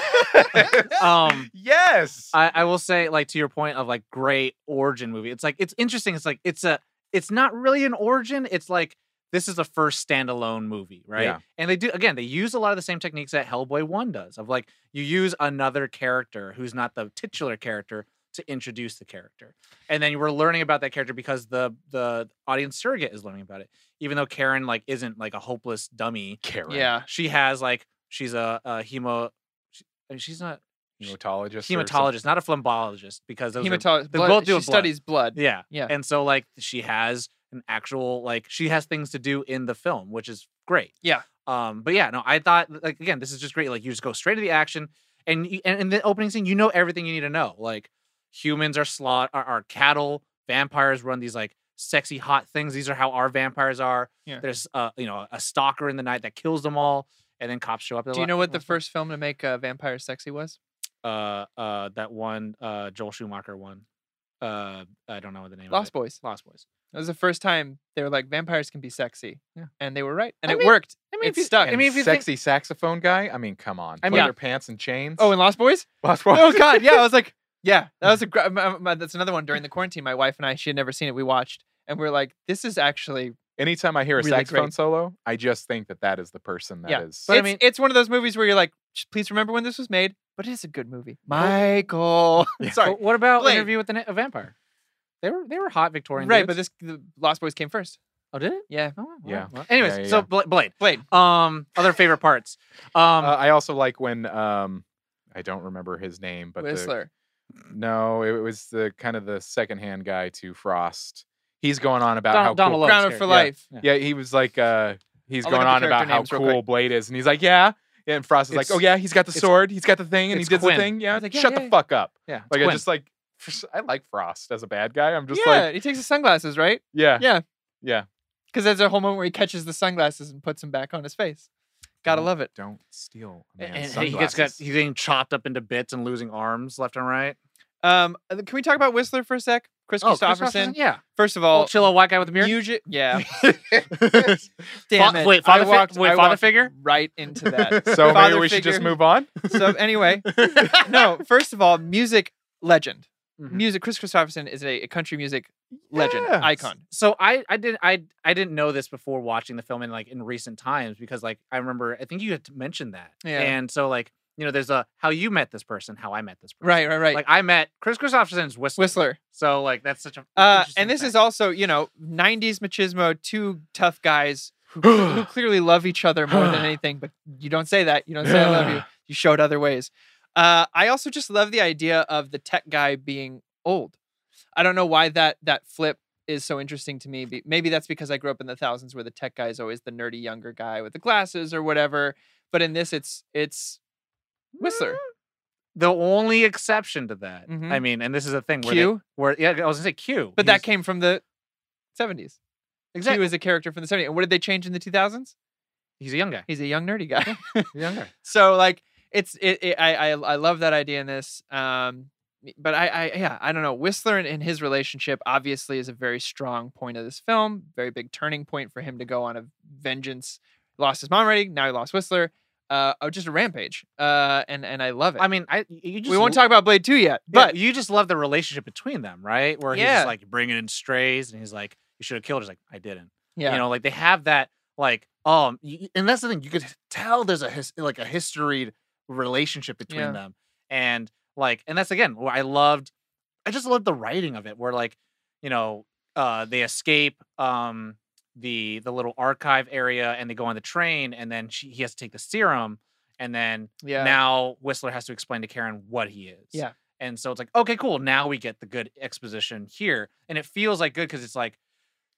A: um,
D: yes
A: I, I will say, like to your point of like great origin movie. It's like it's interesting. It's like it's a it's not really an origin. It's like this is a first standalone movie, right?
D: Yeah.
A: And they do again. They use a lot of the same techniques that Hellboy One does. Of like you use another character who's not the titular character to introduce the character, and then we're learning about that character because the the audience surrogate is learning about it. Even though Karen like isn't like a hopeless dummy,
D: karen
B: yeah.
A: she has like she's a, a hemo. She, I mean, she's not.
D: hematologist. or something.
A: hematologist, not a phlebologist, because those are-
B: Hematologist.
A: they
B: blood-
A: both
B: she
A: do with blood.
B: studies blood.
A: yeah.
B: Yeah.
A: And so like she has an actual like she has things to do in the film, which is great.
B: Yeah.
A: Um, but yeah, no, I thought like again, this is just great. Like you just go straight to the action, and you, and in the opening scene, you know everything you need to know. Like humans are slot are, are cattle. Vampires run these like sexy hot things. These are how our vampires are.
B: Yeah.
A: There's uh you know a stalker in the night that kills them all, and then cops show up. they're
B: Do you
A: like,
B: know
A: "Oh,
B: what the
A: what's going
B: first film to make uh, vampire sexy was?
A: uh uh that one uh Joel Schumacher one. Uh I don't know what the name
B: Lost
A: of
B: Boys.
A: it. Lost Boys.
B: That was the first time they were like vampires can be sexy.
D: Yeah.
B: And they were right. And
A: I
B: it
A: mean-
B: worked.
A: I
B: mean,
A: mean
B: if you-
A: stuck.
D: And
A: I mean if you
D: sexy saxophone guy. I mean, come on.
A: I
D: I
A: mean-
D: mean, pants and chains.
B: Oh, and Lost Boys?
D: Lost
B: oh
D: Boys.
B: god, yeah, I was like, yeah, that was a gr- m- m- m- that's another one during the quarantine. My wife and I, she had never seen it. We watched and we are like, this is actually
D: Anytime I hear a
B: Really
D: saxophone
B: great.
D: solo, I just think that that is the person that is.
A: But
B: Yeah.
A: I
B: it's,
A: mean-
B: it's one of those movies where you're like, "Just please remember when this was made, but it is a good movie. Michael.
A: think,
B: Sorry.
A: Wh- what about
B: Blame.
A: interview with the Na- a vampire? They were they were hot Victorian
B: Right, but
A: dudes.
B: this the Lost Boys came first.
A: oh did it?
B: Yeah.
A: Oh, wow,
D: Yeah.
A: well, anyways,
D: yeah,
A: so
D: yeah.
A: Bla- Blade.
B: Blade.
A: Um other favorite parts. Um
D: Uh, I also like when um, I don't remember his name, but the,
B: Whistler.
D: no, it was the kind of the secondhand guy to Frost. He's going on about
A: Donald-
D: how
A: Donald
D: cool.
A: Love's character,
B: Grounded for
A: yeah.
B: life.
D: Yeah, he was like, uh, he's
B: I'll look
D: going
B: up
D: on
B: the
D: about
B: character
D: how
B: names real quick.
D: cool Blade is, and he's like, yeah, yeah. And Frost is like, oh
A: It's-
D: yeah, he's got the
A: it's-
D: sword, he's got the thing, and he
A: it's
D: did
A: Quinn.
D: the thing. Yeah,
B: He's like, yeah,
D: shut
B: yeah,
D: the
B: yeah.
D: fuck up.
A: yeah.
D: Like
A: Quinn.
D: I just like, I like Frost as a bad guy. I'm just
B: yeah,
D: like,
B: he takes his sunglasses, right?
D: yeah,
B: Yeah.
D: yeah.
B: Because there's a whole moment where he catches the sunglasses and puts them back on his face. Gotta
D: Mhm.
B: love it.
D: Don't steal a
A: and,
D: man's
A: and he gets got
D: sunglasses.
A: he's getting chopped up into bits and losing arms left and right.
B: Um, uh, can we talk about Whistler for a sec? Chris
A: Oh, Chris
B: Christopherson.
A: Christopherson, Yeah.
B: First of
A: Old
B: all,
A: chillo white guy with a beard.
B: music. Yeah. Damn
A: Fa-
B: it.
A: Wait,
B: I
A: father, fi-
B: walked-
A: wait,
B: I
A: father
B: walked
A: figure?
B: Right into that.
D: So maybe
B: father
D: we should just
B: figure.
D: move on.
B: so anyway, no. First of all, music legend. Music. Chris Christopherson is a, a country music legend
D: Yeah.
B: icon.
A: so I I didn't I I didn't know this before watching the film in like in recent times because like I remember I think you had mentioned that
B: Yeah.
A: and so like you know there's a how you met this person how I met this person
B: Right, right, right.
A: like I met Chris Christopherson's Whistler
B: Whistler.
A: so like that's such a
B: Uh,
A: interesting
B: and this is
A: fact.
B: also, you know, 90s machismo, two tough guys who, cle- who clearly love each other more than anything, but you don't say that. You don't say I love you. You show it other ways. Uh, I also just love the idea of the tech guy being old. I don't know why that that flip is so interesting to me. Be- Maybe that's because I grew up in the thousands where the tech guy is always the nerdy younger guy with the glasses or whatever. But in this, it's it's Whistler.
A: the only exception to that
B: Mhm.
A: I mean and this is a thing Mm, where, they-
B: Q,
A: where yeah I was gonna say Q
B: but that
A: He's-
B: came from the 70s. Q
A: exactly
B: is a character from the 70s. And what did they change in the 2000s?
A: he's a young guy
B: he's a young nerdy guy.
A: He's a young guy
B: so like it's it, it I, I I love that idea in this. Um but I, I yeah, I don't know. Whistler and, and his relationship obviously is a very strong point of this film, very big turning point for him to go on a vengeance. Lost his mom already, now he lost Whistler. Uh oh, just a rampage. Uh and and I love it.
A: I mean I you just
B: we won't
A: lo-
B: talk about Blade 2 yet,
A: yeah,
B: but
A: you just love the relationship between them right where he's
B: Yeah.
A: just like bringing in strays and he's like you should have killed her. He's like I didn't.
B: yeah.
A: you know like they have that like um y- y- and that's the thing you could h- tell there's a his, like a historied relationship between
B: Yeah.
A: them and like and that's again where i loved i just loved the writing of it where like you know uh they escape um the the little archive area and they go on the train and then she, he has to take the serum and then
B: yeah.
A: now Whistler has to explain to Karen what he is.
B: Yeah.
A: And so it's like, okay, cool. Now we get the good exposition here, and it feels like good because it's like,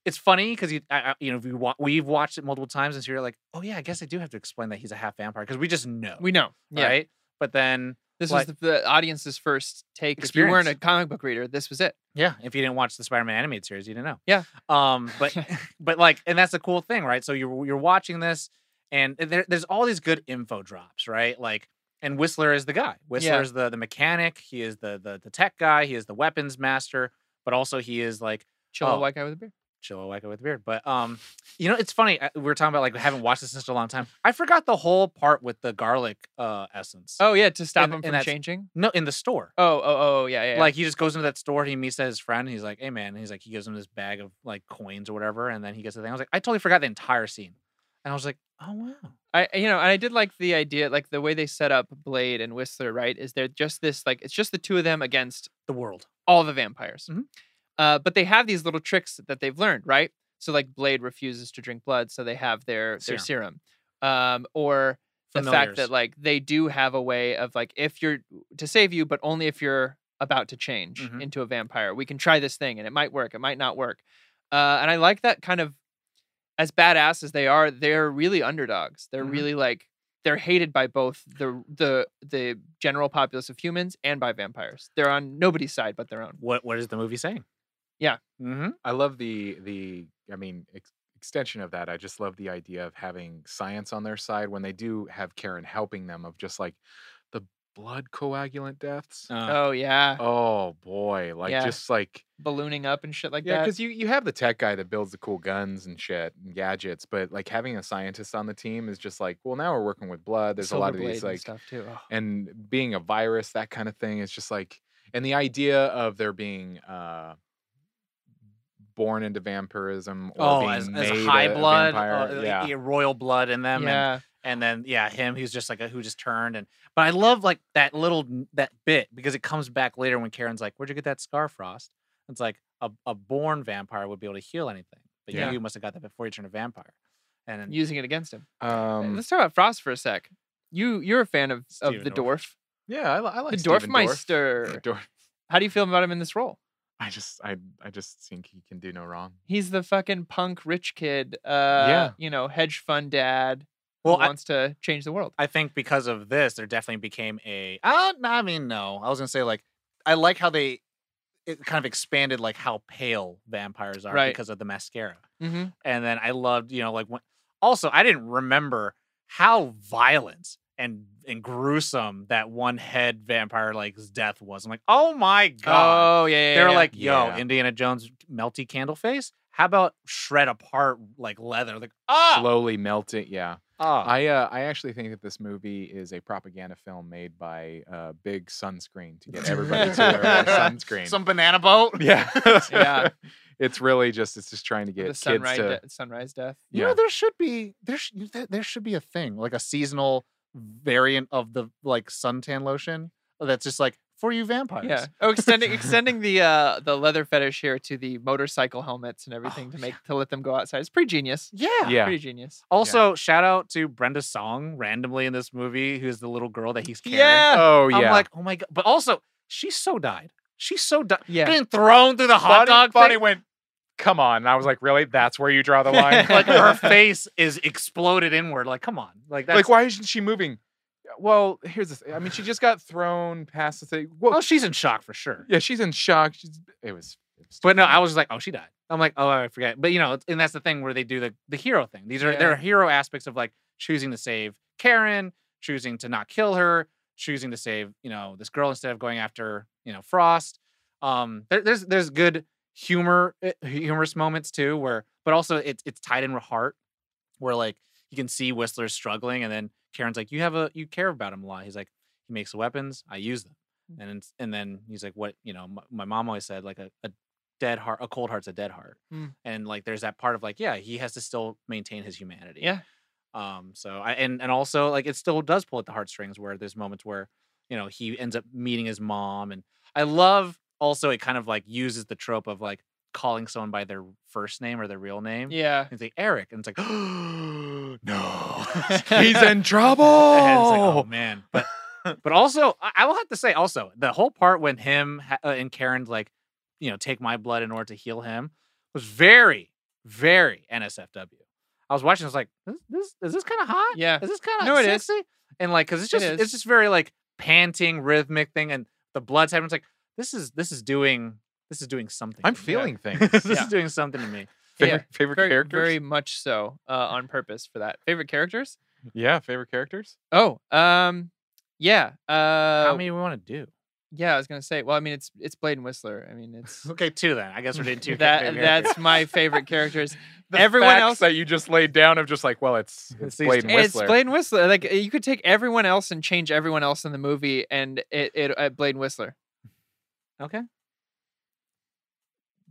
A: it's funny because you, I, I- you know, we wa- we've watched it multiple times, and so you're like, oh yeah, I guess I do have to explain that he's a half vampire because we just know,
B: we know. Yeah.
A: right? But then,
B: This
A: like-
B: was the, the audience's first take. If you weren't a
A: Experience.
B: comic book reader, this was it.
A: yeah, if you didn't watch the Spider-Man animated series, you didn't know.
B: Yeah.
A: Um. But but like, and that's the cool thing, right? So you're you're watching this, and there, there's all these good info drops, right? Like, and Whistler is the guy. Whistler
B: Yeah.
A: is the the mechanic. He is the, the the tech guy. He is the weapons master, but also he is like
B: Chill
A: Oh.
B: white guy with a beard.
A: chill wacko with a beard. But um, you know, it's funny. uh, We were talking about like we haven't watched this in such a long time. I forgot the whole part with the garlic uh essence.
B: Oh yeah, to stop
A: And-
B: him
A: and
B: from
A: that's-
B: changing.
A: No, in the store.
B: Oh, oh, oh, yeah, yeah. yeah.
A: Like he just goes into that store, he meets his friend, and he's like, "Hey man," and he's like, he gives him this bag of like coins or whatever, and then he gets the thing. I was like, I totally forgot the entire scene, and I was like, oh wow,
B: I you know, and I did like the idea, like the way they set up Blade and Whistler, right? Is they're just this like it's just the two of them against
A: the world.
B: all the vampires.
A: Mhm.
B: Uh, but they have these little tricks that they've learned, right? So like Blade refuses to drink blood, so they have their their serum. Um, or the fact that like they do have a way of like if you're to save you, but only if you're about to change
D: Mm-hmm.
A: Mhm.
B: into a vampire. We can try this thing, and it might work. It might not work. Uh, and I like that kind of as badass as they are, they're really underdogs. They're
D: Mm-hmm.
A: Mhm.
B: really like they're hated by both the the the general populace of humans and by vampires. They're on nobody's side but their own.
A: what what is the movie saying?
B: Yeah.
A: Mm-hmm.
D: I love the the I mean ex- extension of that. I just love the idea of having science on their side when they do have Karen helping them of just like the blood coagulant deaths.
A: Uh-huh. Uh,
B: Oh yeah,
D: oh boy, like
B: Yeah.
D: just like
B: ballooning up and shit like
D: yeah,
B: that.
D: because you you have the tech guy that builds the cool guns and shit and gadgets, but like having a scientist on the team is just like, well, now we're working with blood. There's a lot of
B: Silverblade
D: these
B: and
D: like
B: stuff too. Oh.
D: and being a virus, that kind of thing. It's just like, and the idea of there being uh, born into vampirism or
A: Oh,
D: being
A: as, as
D: made
A: high
D: a- a
A: blood,
D: vampire,
A: uh,
D: yeah,
A: yeah. royal blood in them, and
B: Yeah,
A: and then yeah, him who's just like a, who just turned and. But I love like that little n- that bit because it comes back later when Karen's like, "Where'd you get that scar, Frost?" It's like a, a born vampire would be able to heal anything, but
D: Yeah.
A: you must have got that before you turned a vampire. And then,
B: using it against him.
D: um,
B: Let's talk about Frost for a sec. You you're a fan of, of
A: Stephen
B: the
A: Dorff.
B: dwarf,
D: yeah, I, li- I like
B: the
D: Stephen Dorff.
B: Dorfmeister.
D: Dorff-
B: How do you feel about him in this role?
D: I just, I, I just think he can do no wrong.
B: He's the fucking punk rich kid. Uh,
D: Yeah.
B: you know, hedge fund dad who
A: well, I,
B: wants to change the world.
A: I think because of this, there definitely became a. I, don't- I mean, no, I was gonna say like, I like how they, it kind of expanded like how pale vampires are
B: Right.
A: because of the mascara.
B: Mm-hmm.
A: and then I loved, you know, like when, also I didn't remember how violent and and gruesome that one head vampire like's death was. I'm like, oh my god!
B: Oh yeah, yeah
A: they were
B: yeah.
A: like, yo,
D: Yeah.
A: Indiana Jones melty candle face. How about shred apart like leather? Like, oh,
D: Slowly melt it, yeah.
A: oh.
D: I, uh, I actually think that this movie is a propaganda film made by uh, Big Sunscreen to get everybody to wear more sunscreen.
A: some banana boat.
D: yeah,
B: Yeah.
D: It's really just, it's just trying to get
B: the
D: kids
B: sunrise
D: to.
B: de- sunrise death.
A: You know, there should be there sh- you- there- there should be a thing like a seasonal variant of the like suntan lotion that's just like for you vampires.
B: Yeah. Oh, extending extending the uh the leather fetish here to the motorcycle helmets and everything to make to let them go outside. It's pretty genius.
A: Yeah.
D: Yeah.
B: Pretty genius.
A: Also, shout out to Brenda Song randomly in this movie, who's the little girl that he's carrying.
D: Oh yeah.
A: I'm like, oh my god! But also, she so died. She so died.
B: Yeah.
A: Getting thrown through the hot
D: Bonnie,
A: dog
D: Bonnie
A: thing.
D: went, come on. And I was like, really? That's where you draw the line?
A: like her face is exploded inward. Like, come on! Like that's
D: like, why isn't she moving? Well, here's the thing. I mean, she just got thrown past the thing. Well,
A: Oh, she's in shock for sure.
D: yeah, she's in shock. She's, it was. it was too
A: But no,
D: funny.
A: I was just like, oh, she died. I'm like, oh, I forget. But you know, it's- and that's the thing where they do the the hero thing. These are there
B: Yeah.
A: are hero aspects of like choosing to save Karen, choosing to not kill her, choosing to save you know this girl instead of going after you know Frost. Um, there, there's there's good humor eh, humorous moments too where, but also it's it's tied in with heart, where like you can see Whistler's struggling, and then Karen's like, you have a you care about him a lot. He's like, he makes weapons, I use them.
B: Mm.
A: And it's- and then he's like, "What you know?" My, my mom always said, "Like a, a dead heart a cold heart's a dead heart
B: Mm.
A: and like there's that part of like yeah he has to still maintain his humanity
B: Yeah.
A: um so i and and also like it still does pull at the heartstrings where there's moments where you know he ends up meeting his mom and i love also it kind of like uses the trope of like calling someone by their first name or their real name
B: Yeah.
A: it's like eric and it's like no
D: He's in trouble.
A: and it's like, oh man. But but also, I, I will have to say also the whole part when him ha- uh, and Karen like, you know, take my blood in order to heal him was very very NSFW. I was watching. I was like, this, this is this kind of hot?
B: Yeah.
A: Is this kind of
B: No, it is.
A: sexy? And like, cause it's
B: It
A: just
B: is.
A: it's just very like panting, rhythmic thing, and the blood's happening. It's like this is this is doing this is doing something.
D: I'm
A: to me.
D: feeling things.
A: this
B: Yeah.
A: is doing something to me.
D: Favorite,
B: Yeah.
D: favorite
B: Very,
D: characters?
B: very much so uh, on purpose for that. Favorite characters?
D: Yeah, favorite characters?
B: Oh, um, yeah. Uh,
A: How many do we want to do?
B: Yeah, I was gonna say. Well, I mean, it's it's Blade and Whistler. I mean, it's
A: Okay, two then. I guess we're doing two. ca-
B: that
A: favorite characters.
B: that's my favorite characters.
D: The
B: Everyone
D: facts
B: else-
D: that you just laid down of just like, well, it's, it's
A: It's these
D: Blade
A: two.
D: and Whistler.
B: It's Blade and Whistler. Like you could take everyone else and change everyone else in the movie, and it it uh, Blade and Whistler.
A: okay.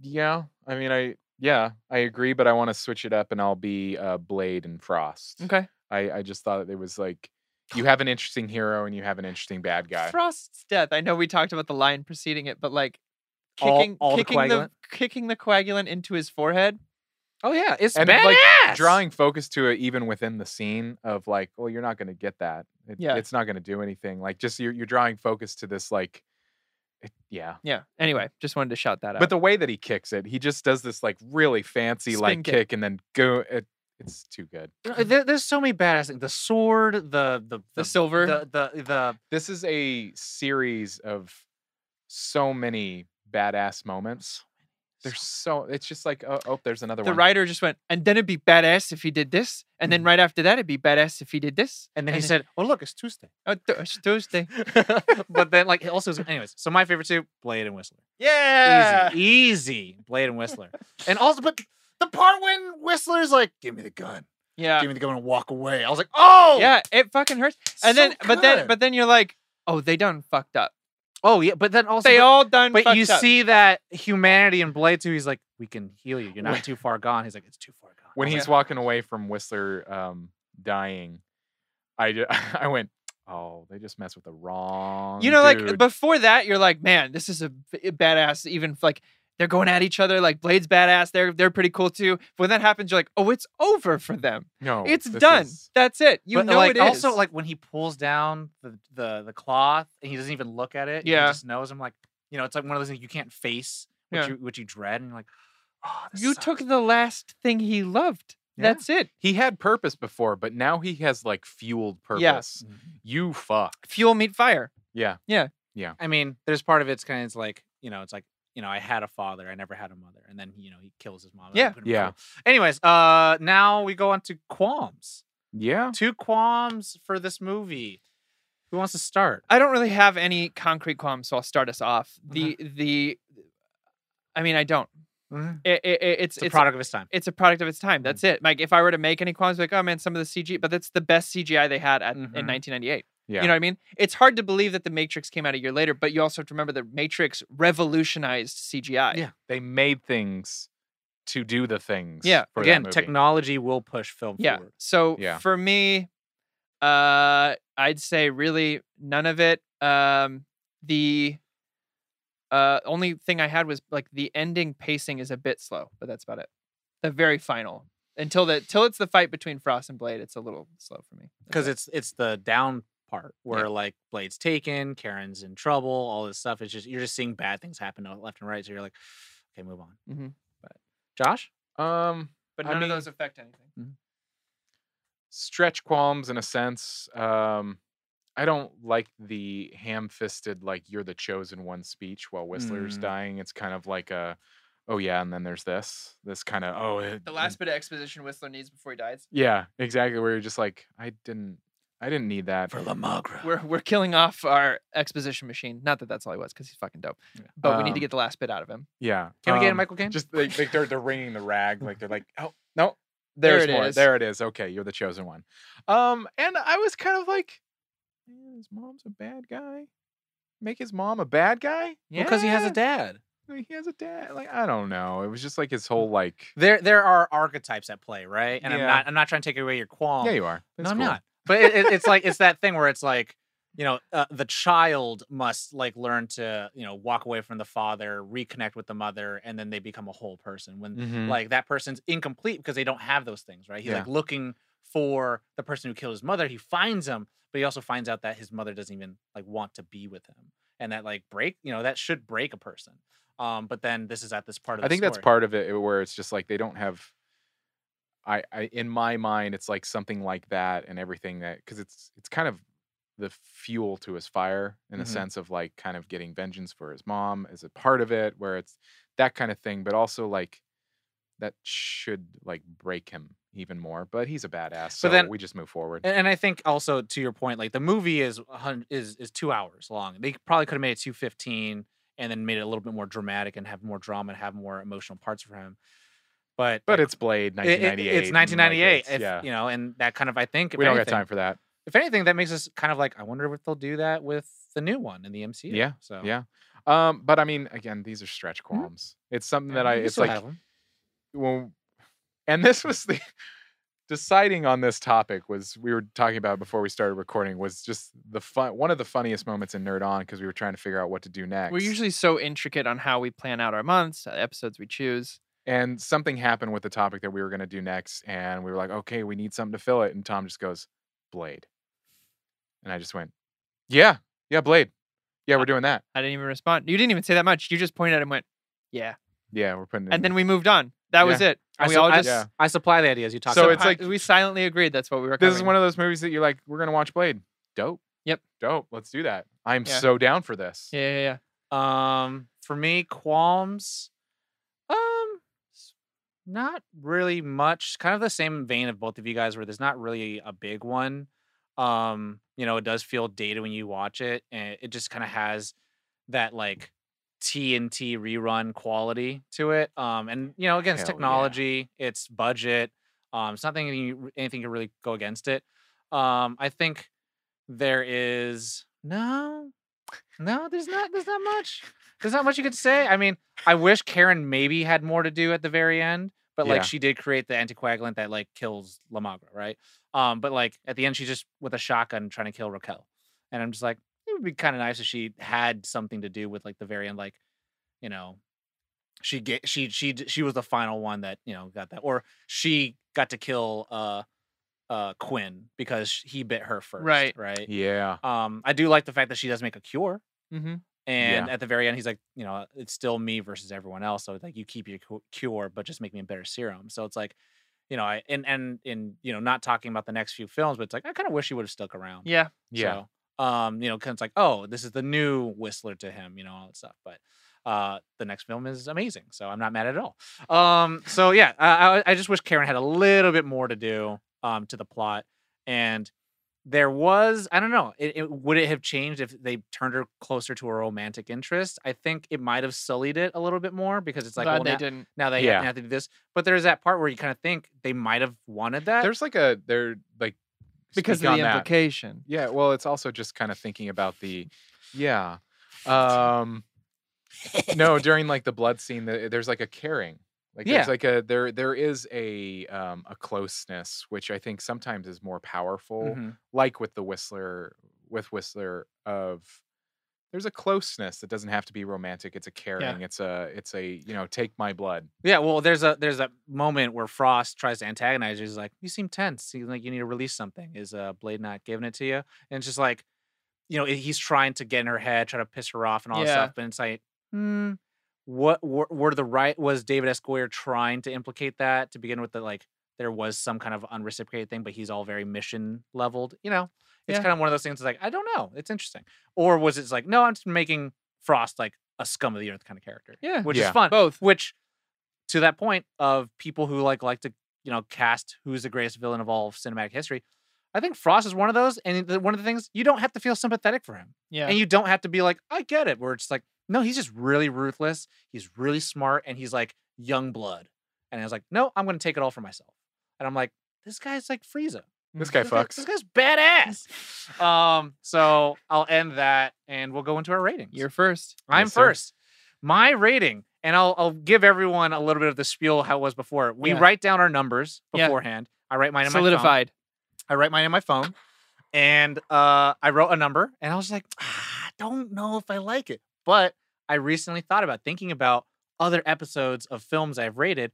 D: Yeah, I mean, I yeah, I agree, but I want to switch it up, and I'll be uh, Blade and Frost.
B: Okay.
D: I I just thought it was like you have an interesting hero and you have an interesting bad guy.
B: Frost's death. I know we talked about the line preceding it, but like
A: All-
B: kicking
A: all the
B: kicking the,
A: coagulant?
B: kicking the coagulant into his forehead.
A: Oh yeah, it's
D: and
A: badass.
D: like drawing focus to it even within the scene of like well you're not going to get that It-
B: Yeah.
D: it's not going to do anything like just you're, you're drawing focus to this like it, yeah
B: Yeah. Anyway, just wanted to shout that out.
D: but the way that he kicks it he just does this like really fancy
B: Spin
D: like
B: kick.
D: kick. and then go it, it's too good
A: Uh, there- there's so many badass things. The sword, the the
B: the silver.
A: the the, the
D: this is a series of so many badass moments there's so it's just like oh, oh there's another
B: the
D: one
B: writer just went, and then it'd be badass if he did this, and then right after that it'd be badass if he did this.
A: Mm-hmm. and then he
B: And-
A: said, "Well, look, it's Tuesday."
B: Oh, th- it's Thursday.
A: but then like it also anyways. So my favorite two, Blade and Whistler.
B: Yeah.
A: Easy, easy. Blade and Whistler, and also but the part when Whistler's like, "Give me the gun,
B: Yeah.
A: give me the gun," and walk away. I was like, "Oh,
B: Yeah. It fucking hurts. And
A: so
B: then, but then,
A: good."
B: but then you're like, oh, they done fucked up.
A: oh yeah, but then also
B: They
A: but-
B: all done.
A: But you
B: fucked up.
A: see that humanity in Blade 2, he's like, we can heal you. You're not too far gone. He's like, it's too far gone.
D: when
A: I was
D: he's walking away from Whistler um, dying, I ju- I went, oh, they just messed with the wrong.
B: you know, like
D: dude."
B: before that, you're like, man, this is a b- badass. Even if, like they're going at each other, like Blade's badass. They're they're pretty cool too. When that happens, you're like, oh, it's over for them.
D: no,
B: it's
D: this
B: done.
D: is-
B: That's it. You
A: Oh, But,
B: know
A: like,
B: it is.
A: Also, like when he pulls down the, the the cloth and he doesn't even look at it.
B: Yeah.
A: He just knows. I'm like, you know, it's like one of those things you can't face what
B: Yeah.
A: you what you dread. And you're like, oh, this
B: you
A: sucks."
B: took the last thing he loved.
A: Yeah.
B: That's it.
D: he had purpose before, but now he has like fueled
B: Yeah. Mm-hmm.
D: purpose. You fuck.
B: Fuel meet fire.
D: Yeah.
A: I mean, there's part of it's kind of it's like, you know, it's like, you know, I had a father, I never had a mother. And then, you know, he kills his mom. and
B: Yeah.
A: put him in
D: Yeah.
A: trouble. Anyways, uh now we go on to qualms.
D: Yeah.
A: Two qualms for this movie. Who wants to start?
B: I don't really have any concrete qualms, so I'll start us off. The the, I mean, I don't. It, it, it- it's
A: It's, a Mm-hmm. product of its time.
B: it's a product of its time. That's it. Like if I were to make any qualms, like oh man, some of the CG, but that's the best CGI they had at, in
A: Mhm.
B: 1998.
D: Yeah.
B: You know what I mean? It's hard to believe that the Matrix came out a year later, but you also have to remember that Matrix revolutionized CGI.
A: Yeah.
D: they made things to do the things.
B: Yeah.
D: For
A: Again,
D: that movie.
A: technology will push film
B: Yeah.
A: forward.
B: So
D: Yeah.
B: for me, uh, I'd say really none of it. Um, the uh, only thing I had was like the ending pacing is a bit slow, but that's about it. The very final until the till it's the fight between Frost and Blade, it's a little slow for me. That's
A: Because
B: it.
A: it's it's the down part where like Blade's taken, Karen's in trouble, all this stuff. It's just you're just seeing bad things happen left and right. So you're like, okay, move on.
B: Mhm.
A: Mm-hmm. But Josh?
D: um
B: but
D: I
B: none
D: mean-
B: of those affect anything.
D: stretch qualms in a sense. Um, I don't like the ham-fisted like you're the chosen one speech while Whistler's
A: Mm.
D: dying. It's kind of like a, oh yeah, and then there's this, this kind of oh it-
B: The
D: and-
B: last bit of exposition Whistler needs before he dies.
D: yeah, exactly. Where you're just like, I didn't, I didn't need that.
A: For La Magra.
B: We're we're killing off our exposition machine. Not that that's all he was, because he's fucking dope. But we need to
D: Um,
B: get the last bit out of him.
D: Yeah.
A: Can we get a
D: um,
A: Michael Caine?
D: Just they, they they're, they're wringing the rag. Like they're like, oh no,
B: There
D: there's
B: it
D: more.
B: is.
D: There it is. Okay, you're the chosen one. Um, and I was kind of like, "Man, his mom's a bad guy. Make his mom a bad guy.
A: Because he has
D: Yeah.
A: a dad.
D: Like, he has a dad. Like I don't know. It was just like his whole like.
A: There there are archetypes at play, right? And I'm
D: Yeah.
A: not I'm not trying to take away your qualm.
D: Yeah, you are.
A: oh, No,
D: It's
A: I'm
D: cool.
A: not. But it, it- it's like it's that thing where it's like, you know, uh, the child must like learn to, you know, walk away from the father, reconnect with the mother, and then they become a whole person. When
D: Mhm.
A: like that person's incomplete because they don't have those things, right? He's
D: Yeah.
A: like looking for the person who killed his mother. He finds him, but he also finds out that his mother doesn't even like want to be with him, and that like break, you know, that should break a person. Um, but then this is at this part of.
D: I
A: the
D: think that's
A: story.
D: part of it uh, where it's just like they don't have. I, I in my mind it's like something like that and everything that because it's it's kind of the fuel to his fire in
A: Mhm.
D: the sense of like kind of getting vengeance for his mom is a part of it where it's that kind of thing but also like that should like break him even more but he's a badass so
A: then-
D: we just move forward
A: And, and I think also to your point, like the movie is a hun- is is two hours long. They probably could have made it two fifteen and then made it a little bit more dramatic and have more drama and have more emotional parts for him. But
D: but
A: like,
D: it's Blade
A: it- it-
D: 1998
A: it's
D: and, like,
A: 1998.
D: it's-
A: if-
D: yeah
A: you know, and that kind of I think if
D: we don't got
A: anything-
D: time for that
A: if anything, that makes us kind of like, I wonder if they'll do that with the new one in the MCU.
D: Yeah,
A: So Mm-hmm.
D: Yeah. Um, but I mean, again, these are stretch qualms. It's something that I, it's like, well, and this was the deciding on this topic was we were talking about before we started recording was just the fun, one of the funniest moments in Nerd On because we were trying to figure out what to do next.
B: We're usually so intricate on how we plan out our months, uh, episodes we choose.
D: And something happened with the topic that we were going to do next. And we were like, okay, we need something to fill it. And Tom just goes, Blade. And I just went, yeah, yeah, Blade. Yeah,
B: Uh
D: we're doing that.
B: I didn't even respond. You didn't even say that much. You just pointed at him and went, yeah.
D: Yeah, we're putting it in
B: And then
D: there."
B: we moved on. That was it. And
A: I,
B: we
A: su-
B: all
A: I-
B: just
D: Yeah.
A: I supply the ideas. You talk.
D: So
A: about
D: it's
A: it.
D: like-
B: we silently agreed that's what we were
D: this is one of those movies that you're like, we're going to watch Blade. Dope.
B: Yep.
D: Dope. Let's do that. I'm
B: Yeah.
D: so down for this.
B: Yeah, yeah, yeah.
A: Um, for me, qualms. Um, s- not really much. Kind of the same vein of both of you guys, where there's not really a big one. Um, you know, it does feel dated when you watch it, and it just kind of has that like TNT rerun quality to it. Um, and you know, again, it's
D: Hell yeah.
A: technology, it's budget. Um, it's nothing you, anything can really go against it. Um, I think there is no, no, there's not, there's not much. There's not much you could say. I mean, I wish Karen maybe had more to do at the very end, but like
D: Yeah.
A: she did create the anticoagulant that like kills Lamagra, right? Um, but like at the end, she's just with a shotgun trying to kill Raquel, and I'm just like, it would be kind of nice if she had something to do with like the very end, like you know, she get she she d- she was the final one that you know got that, or she got to kill uh uh Quinn because sh- he bit her first,
B: Right.
A: Right.
D: Yeah.
A: Um, I do like the fact that she does make a cure.
B: Mm-hmm.
A: And at the very end, he's like, you know, it's still me versus everyone else. So like, you keep your cu- cure, but just make me a better serum. So it's like, you know, I and and and you know, not talking about the next few films, but it's like I kind of wish he would have stuck around.
B: Yeah.
D: Yeah.
A: So, um, you know, because it's like, oh, this is the new Whistler to him, you know, all that stuff. But uh, the next film is amazing, so I'm not mad at all. Um, so yeah, I, I- I just wish Karen had a little bit more to do um to the plot, and there was, I don't know, it, it would it have changed if they turned her closer to a romantic interest? I think it might have sullied it a little bit more because it's like,
B: Glad
A: well,
B: they
A: now,
B: didn't.
A: now they
D: Yeah.
A: have to do this, but there's that part where you kind of think they might have wanted that.
D: There's like a, they're like,
B: Uh Because
D: speak
B: of
D: on
B: the
D: that.
B: implication.
D: Yeah, well, it's also just kind of thinking about the, yeah, um, no, during like the blood scene, the, there's like a caring, like
A: Yeah.
D: there's like a there there is a um a closeness which I think sometimes is more powerful,
B: Mm-hmm.
A: Mhm.
D: like with the Whistler with Whistler of. There's a closeness that doesn't have to be romantic. It's a caring. It's a it's a you know take my blood.
A: Yeah, well, there's a there's a moment where Frost tries to antagonize you. He's like, "You seem tense. Seems like you need to release something. Is uh, Blade not giving it to you?" And it's just like, you know, he's trying to get in her head, try to piss her off, and all that
B: Yeah.
A: stuff. But it's like, hmm, what were, were the right? Was David S. Goyer trying to implicate that to begin with? That like there was some kind of unreciprocated thing, but he's all very mission leveled. You know, it's
B: Yeah.
A: kind of one of those things. That's like, I don't know. It's interesting. Or was it like, no, I'm just making Frost like a scum of the earth kind of character,
B: Yeah.
A: which
D: Yeah.
A: is fun
B: Both.
A: which to that point of people who like like to you know cast who's the greatest villain of all of cinematic history i think frost is one of those and the, one of the things you don't have to feel sympathetic for him
B: Yeah.
A: and you don't have to be like i get it where it's like no he's just really ruthless he's really smart and he's like young blood and i was like no i'm gonna take it all for myself and i'm like this guy's like frieza
B: Mm.
D: This guy
A: this, guy-
D: fucks.
A: this guy's badass um so i'll end that and we'll go into our ratings
B: You're first.
A: I'm
D: Yes, sir.
A: first. My rating, and I'll, I'll give everyone a little bit of the spiel how it was before. We
B: Yeah.
A: write down our numbers
B: Yeah.
A: beforehand. I write mine in my phone.
B: Solidified.
A: I write mine in my phone, and uh, I wrote a number, and I was like, "Ah, I don't know if I like it, but I recently thought about thinking about other episodes of films I've rated,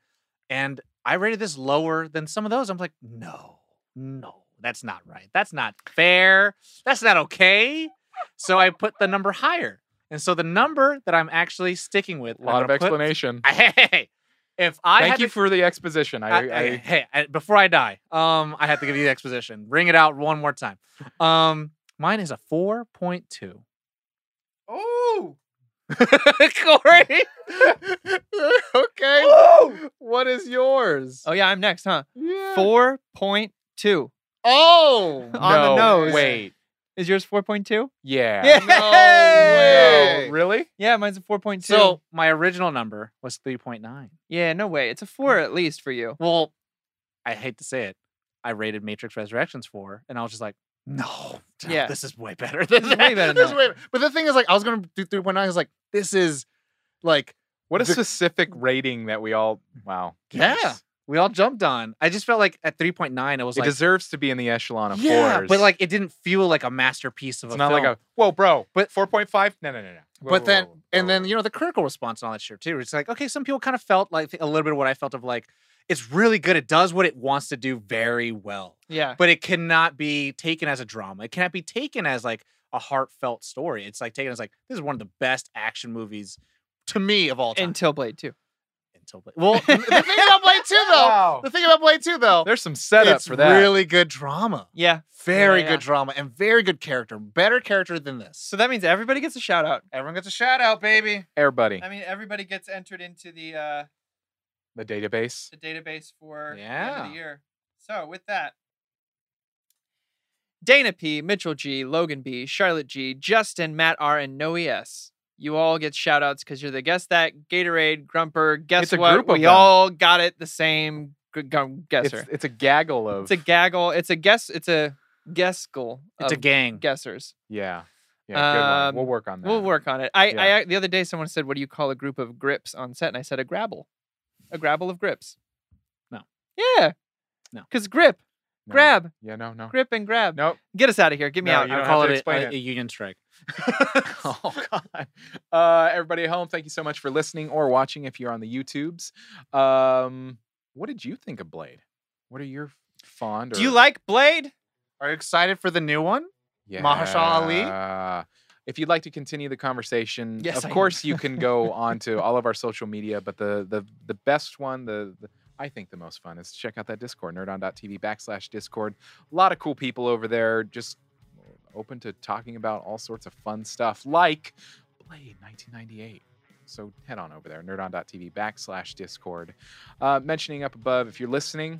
A: and I rated this lower than some of those. I'm like, no, no, that's not right. That's not fair. That's not okay. So I put the number higher. And so the number that I'm actually sticking with,
D: A
A: and I'm
D: lot of
A: gonna put-
D: explanation.
A: Hey, if I
D: Thank
A: had
D: you
A: to-
D: for the exposition. I, I,
A: I- I- hey, I- before I die, um, I have to give you the exposition. Bring it out one more time. Um, mine is a four point two.
B: Oh.
A: Corey,
D: okay. What is yours?
B: Oh yeah, I'm next, huh?
D: Yeah.
B: Four point two.
D: Oh,
B: On the nose.
D: Wait,
B: Is yours four point two?
D: yeah.
B: Yeah.
D: No, really?
B: Yeah, mine's a four point two.
A: so my original number was three point nine.
B: yeah, no way. It's a four at least for you.
A: Well, I hate to say it, I rated Matrix Resurrections four, and I was just like, no,
B: Yeah.
A: this is way better than
B: This is
A: that.
B: way better than
A: This is
B: that.
A: way-
E: But the thing is, like, I was gonna do three point nine. I was like, this is like
D: What a
E: The-
D: specific rating that we all. Wow.
A: Yeah.
D: Yes.
A: We all jumped on. I just felt like at three point nine, it was
D: It
A: like,
D: deserves to be in the echelon of
A: yeah,
D: fours.
A: but like it didn't feel like a masterpiece of
D: it's
A: a
D: not
A: film.
D: like a whoa, bro.
A: But-
D: four point five. No, no, no, no.
A: but then and then you know the critical response and all that shit too. It's like okay, some people kind of felt like a little bit of what I felt of like it's really good. It does what it wants to do very well,
B: yeah.
A: but it cannot be taken as a drama. It cannot be taken as like a heartfelt story. It's like taken as like this is one of the best action movies to me of all time.
B: Until Blade Two.
A: Until Blade. Well, the thing about Blade Two though,
D: Wow.
A: the thing about Blade Two though,
D: There's some setup
A: it's
D: for that.
A: really good drama,
B: Yeah.
A: very
B: yeah.
A: good drama, and very good character. Better character than this.
B: So that means everybody gets a shout out.
A: Everyone gets a shout out, baby.
D: Air Buddy,
B: I mean, everybody gets entered into the uh,
D: the database.
B: the database for the end of
A: Yeah.
B: the year. So with that, Dana P, Mitchell G, Logan B, Charlotte G, Justin, Matt R, and Noe S. You all get shout outs because you're the guess that Gatorade Grumper. Guess
D: a
B: what?
D: group of
B: we
D: them.
B: all got it the same g- gu-
D: It's,
B: guesser. It's,
D: it's a gaggle of
B: a gaggle. It's a guess. It's a guessgle.
A: It's a
B: of
A: gang.
B: guessers.
D: yeah yeah. Good one. We'll
B: Um,
D: work on that.
B: We'll work on it. I,
D: Yeah.
B: I the other day someone said, "What do you call a group of grips on set?" And I said, "A grabble, a grabble of grips."
A: No.
B: Yeah.
A: No.
B: Because grip,
D: No.
B: grab,
D: Yeah, no, no.
B: grip, and grab.
D: Nope.
B: Get us out of here. Get me
D: No,
B: out.
D: you
A: I
D: don't
A: call
D: have to
A: it
D: explain
A: a,
D: it.
A: a union strike.
D: oh god uh everybody at home thank you so much for listening or watching if you're on the youtubes um what did you think of blade what are your fond
B: Do you
D: or-
B: like Blade?
A: Are you excited for the new one?
D: yeah.
A: Mahershala Ali?
D: if you'd like to continue the conversation
B: Yes,
D: of
B: I am.
D: course you can go on to all of our social media but the the the best one the, the I think the most fun is to check out that Discord, nerdon.tv backslash Discord. A lot of cool people over there, just open to talking about all sorts of fun stuff like Blade 1998. So head on over there, nerdon.tv backslash Discord. Uh, mentioning up above, if you're listening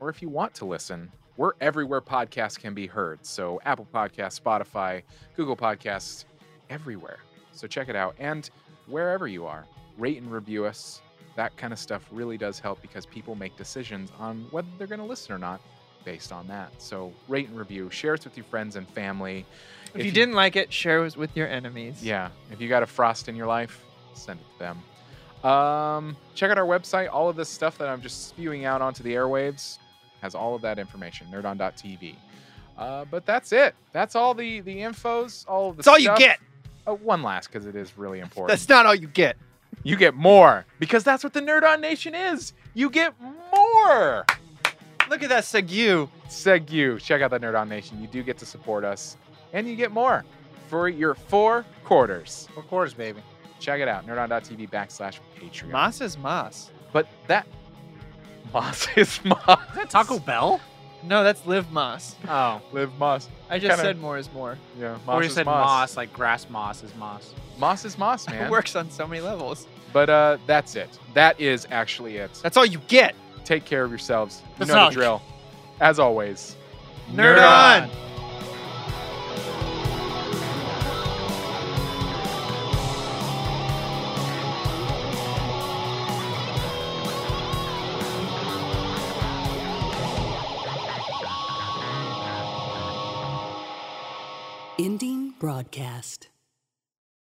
D: or if you want to listen, we're everywhere podcasts can be heard. So Apple Podcasts, Spotify, Google Podcasts, everywhere. So check it out. And wherever you are, rate and review us. That kind of stuff really does help because people make decisions on whether they're going to listen or not based on that. So rate and review, share us with your friends and family.
B: If, you, didn't like it, share it with your enemies.
D: Yeah. If you got a frost in your life, send it to them. Um, check out our website. All of this stuff that I'm just spewing out onto the airwaves has all of that information. Nerdon.tv. Uh, but that's it. That's all the the infos. All of the.
B: It's all you
D: stuff.
B: get.
D: Oh, one last because it is really important.
B: That's not all you get.
D: you get more because that's what the Nerdon Nation is. You get more.
B: Look at that segue.
D: Seg you. Check out the Nerdon Nation. You do get to support us, and you get more for your four quarters.
A: Of course, baby.
D: Check it out. Nerdon.tv backslash Patreon.
B: Moss is Moss.
D: But that Moss is Moss.
A: Is that Taco Bell?
B: No, that's Live Moss.
A: Oh.
D: Live Moss.
B: I just
D: Kinda-
B: said more is more.
D: Yeah. Moss
A: Or you
D: is
A: said moss.
D: Moss.
A: like grass moss is moss.
D: Moss is Moss,
B: It
D: man.
B: works on so many levels.
D: But uh, that's it. That is actually it.
B: That's all you get.
D: Take care of yourselves. You
A: That's
D: know
A: all.
D: the drill. As always.
B: Nerd, on.
C: Ending broadcast.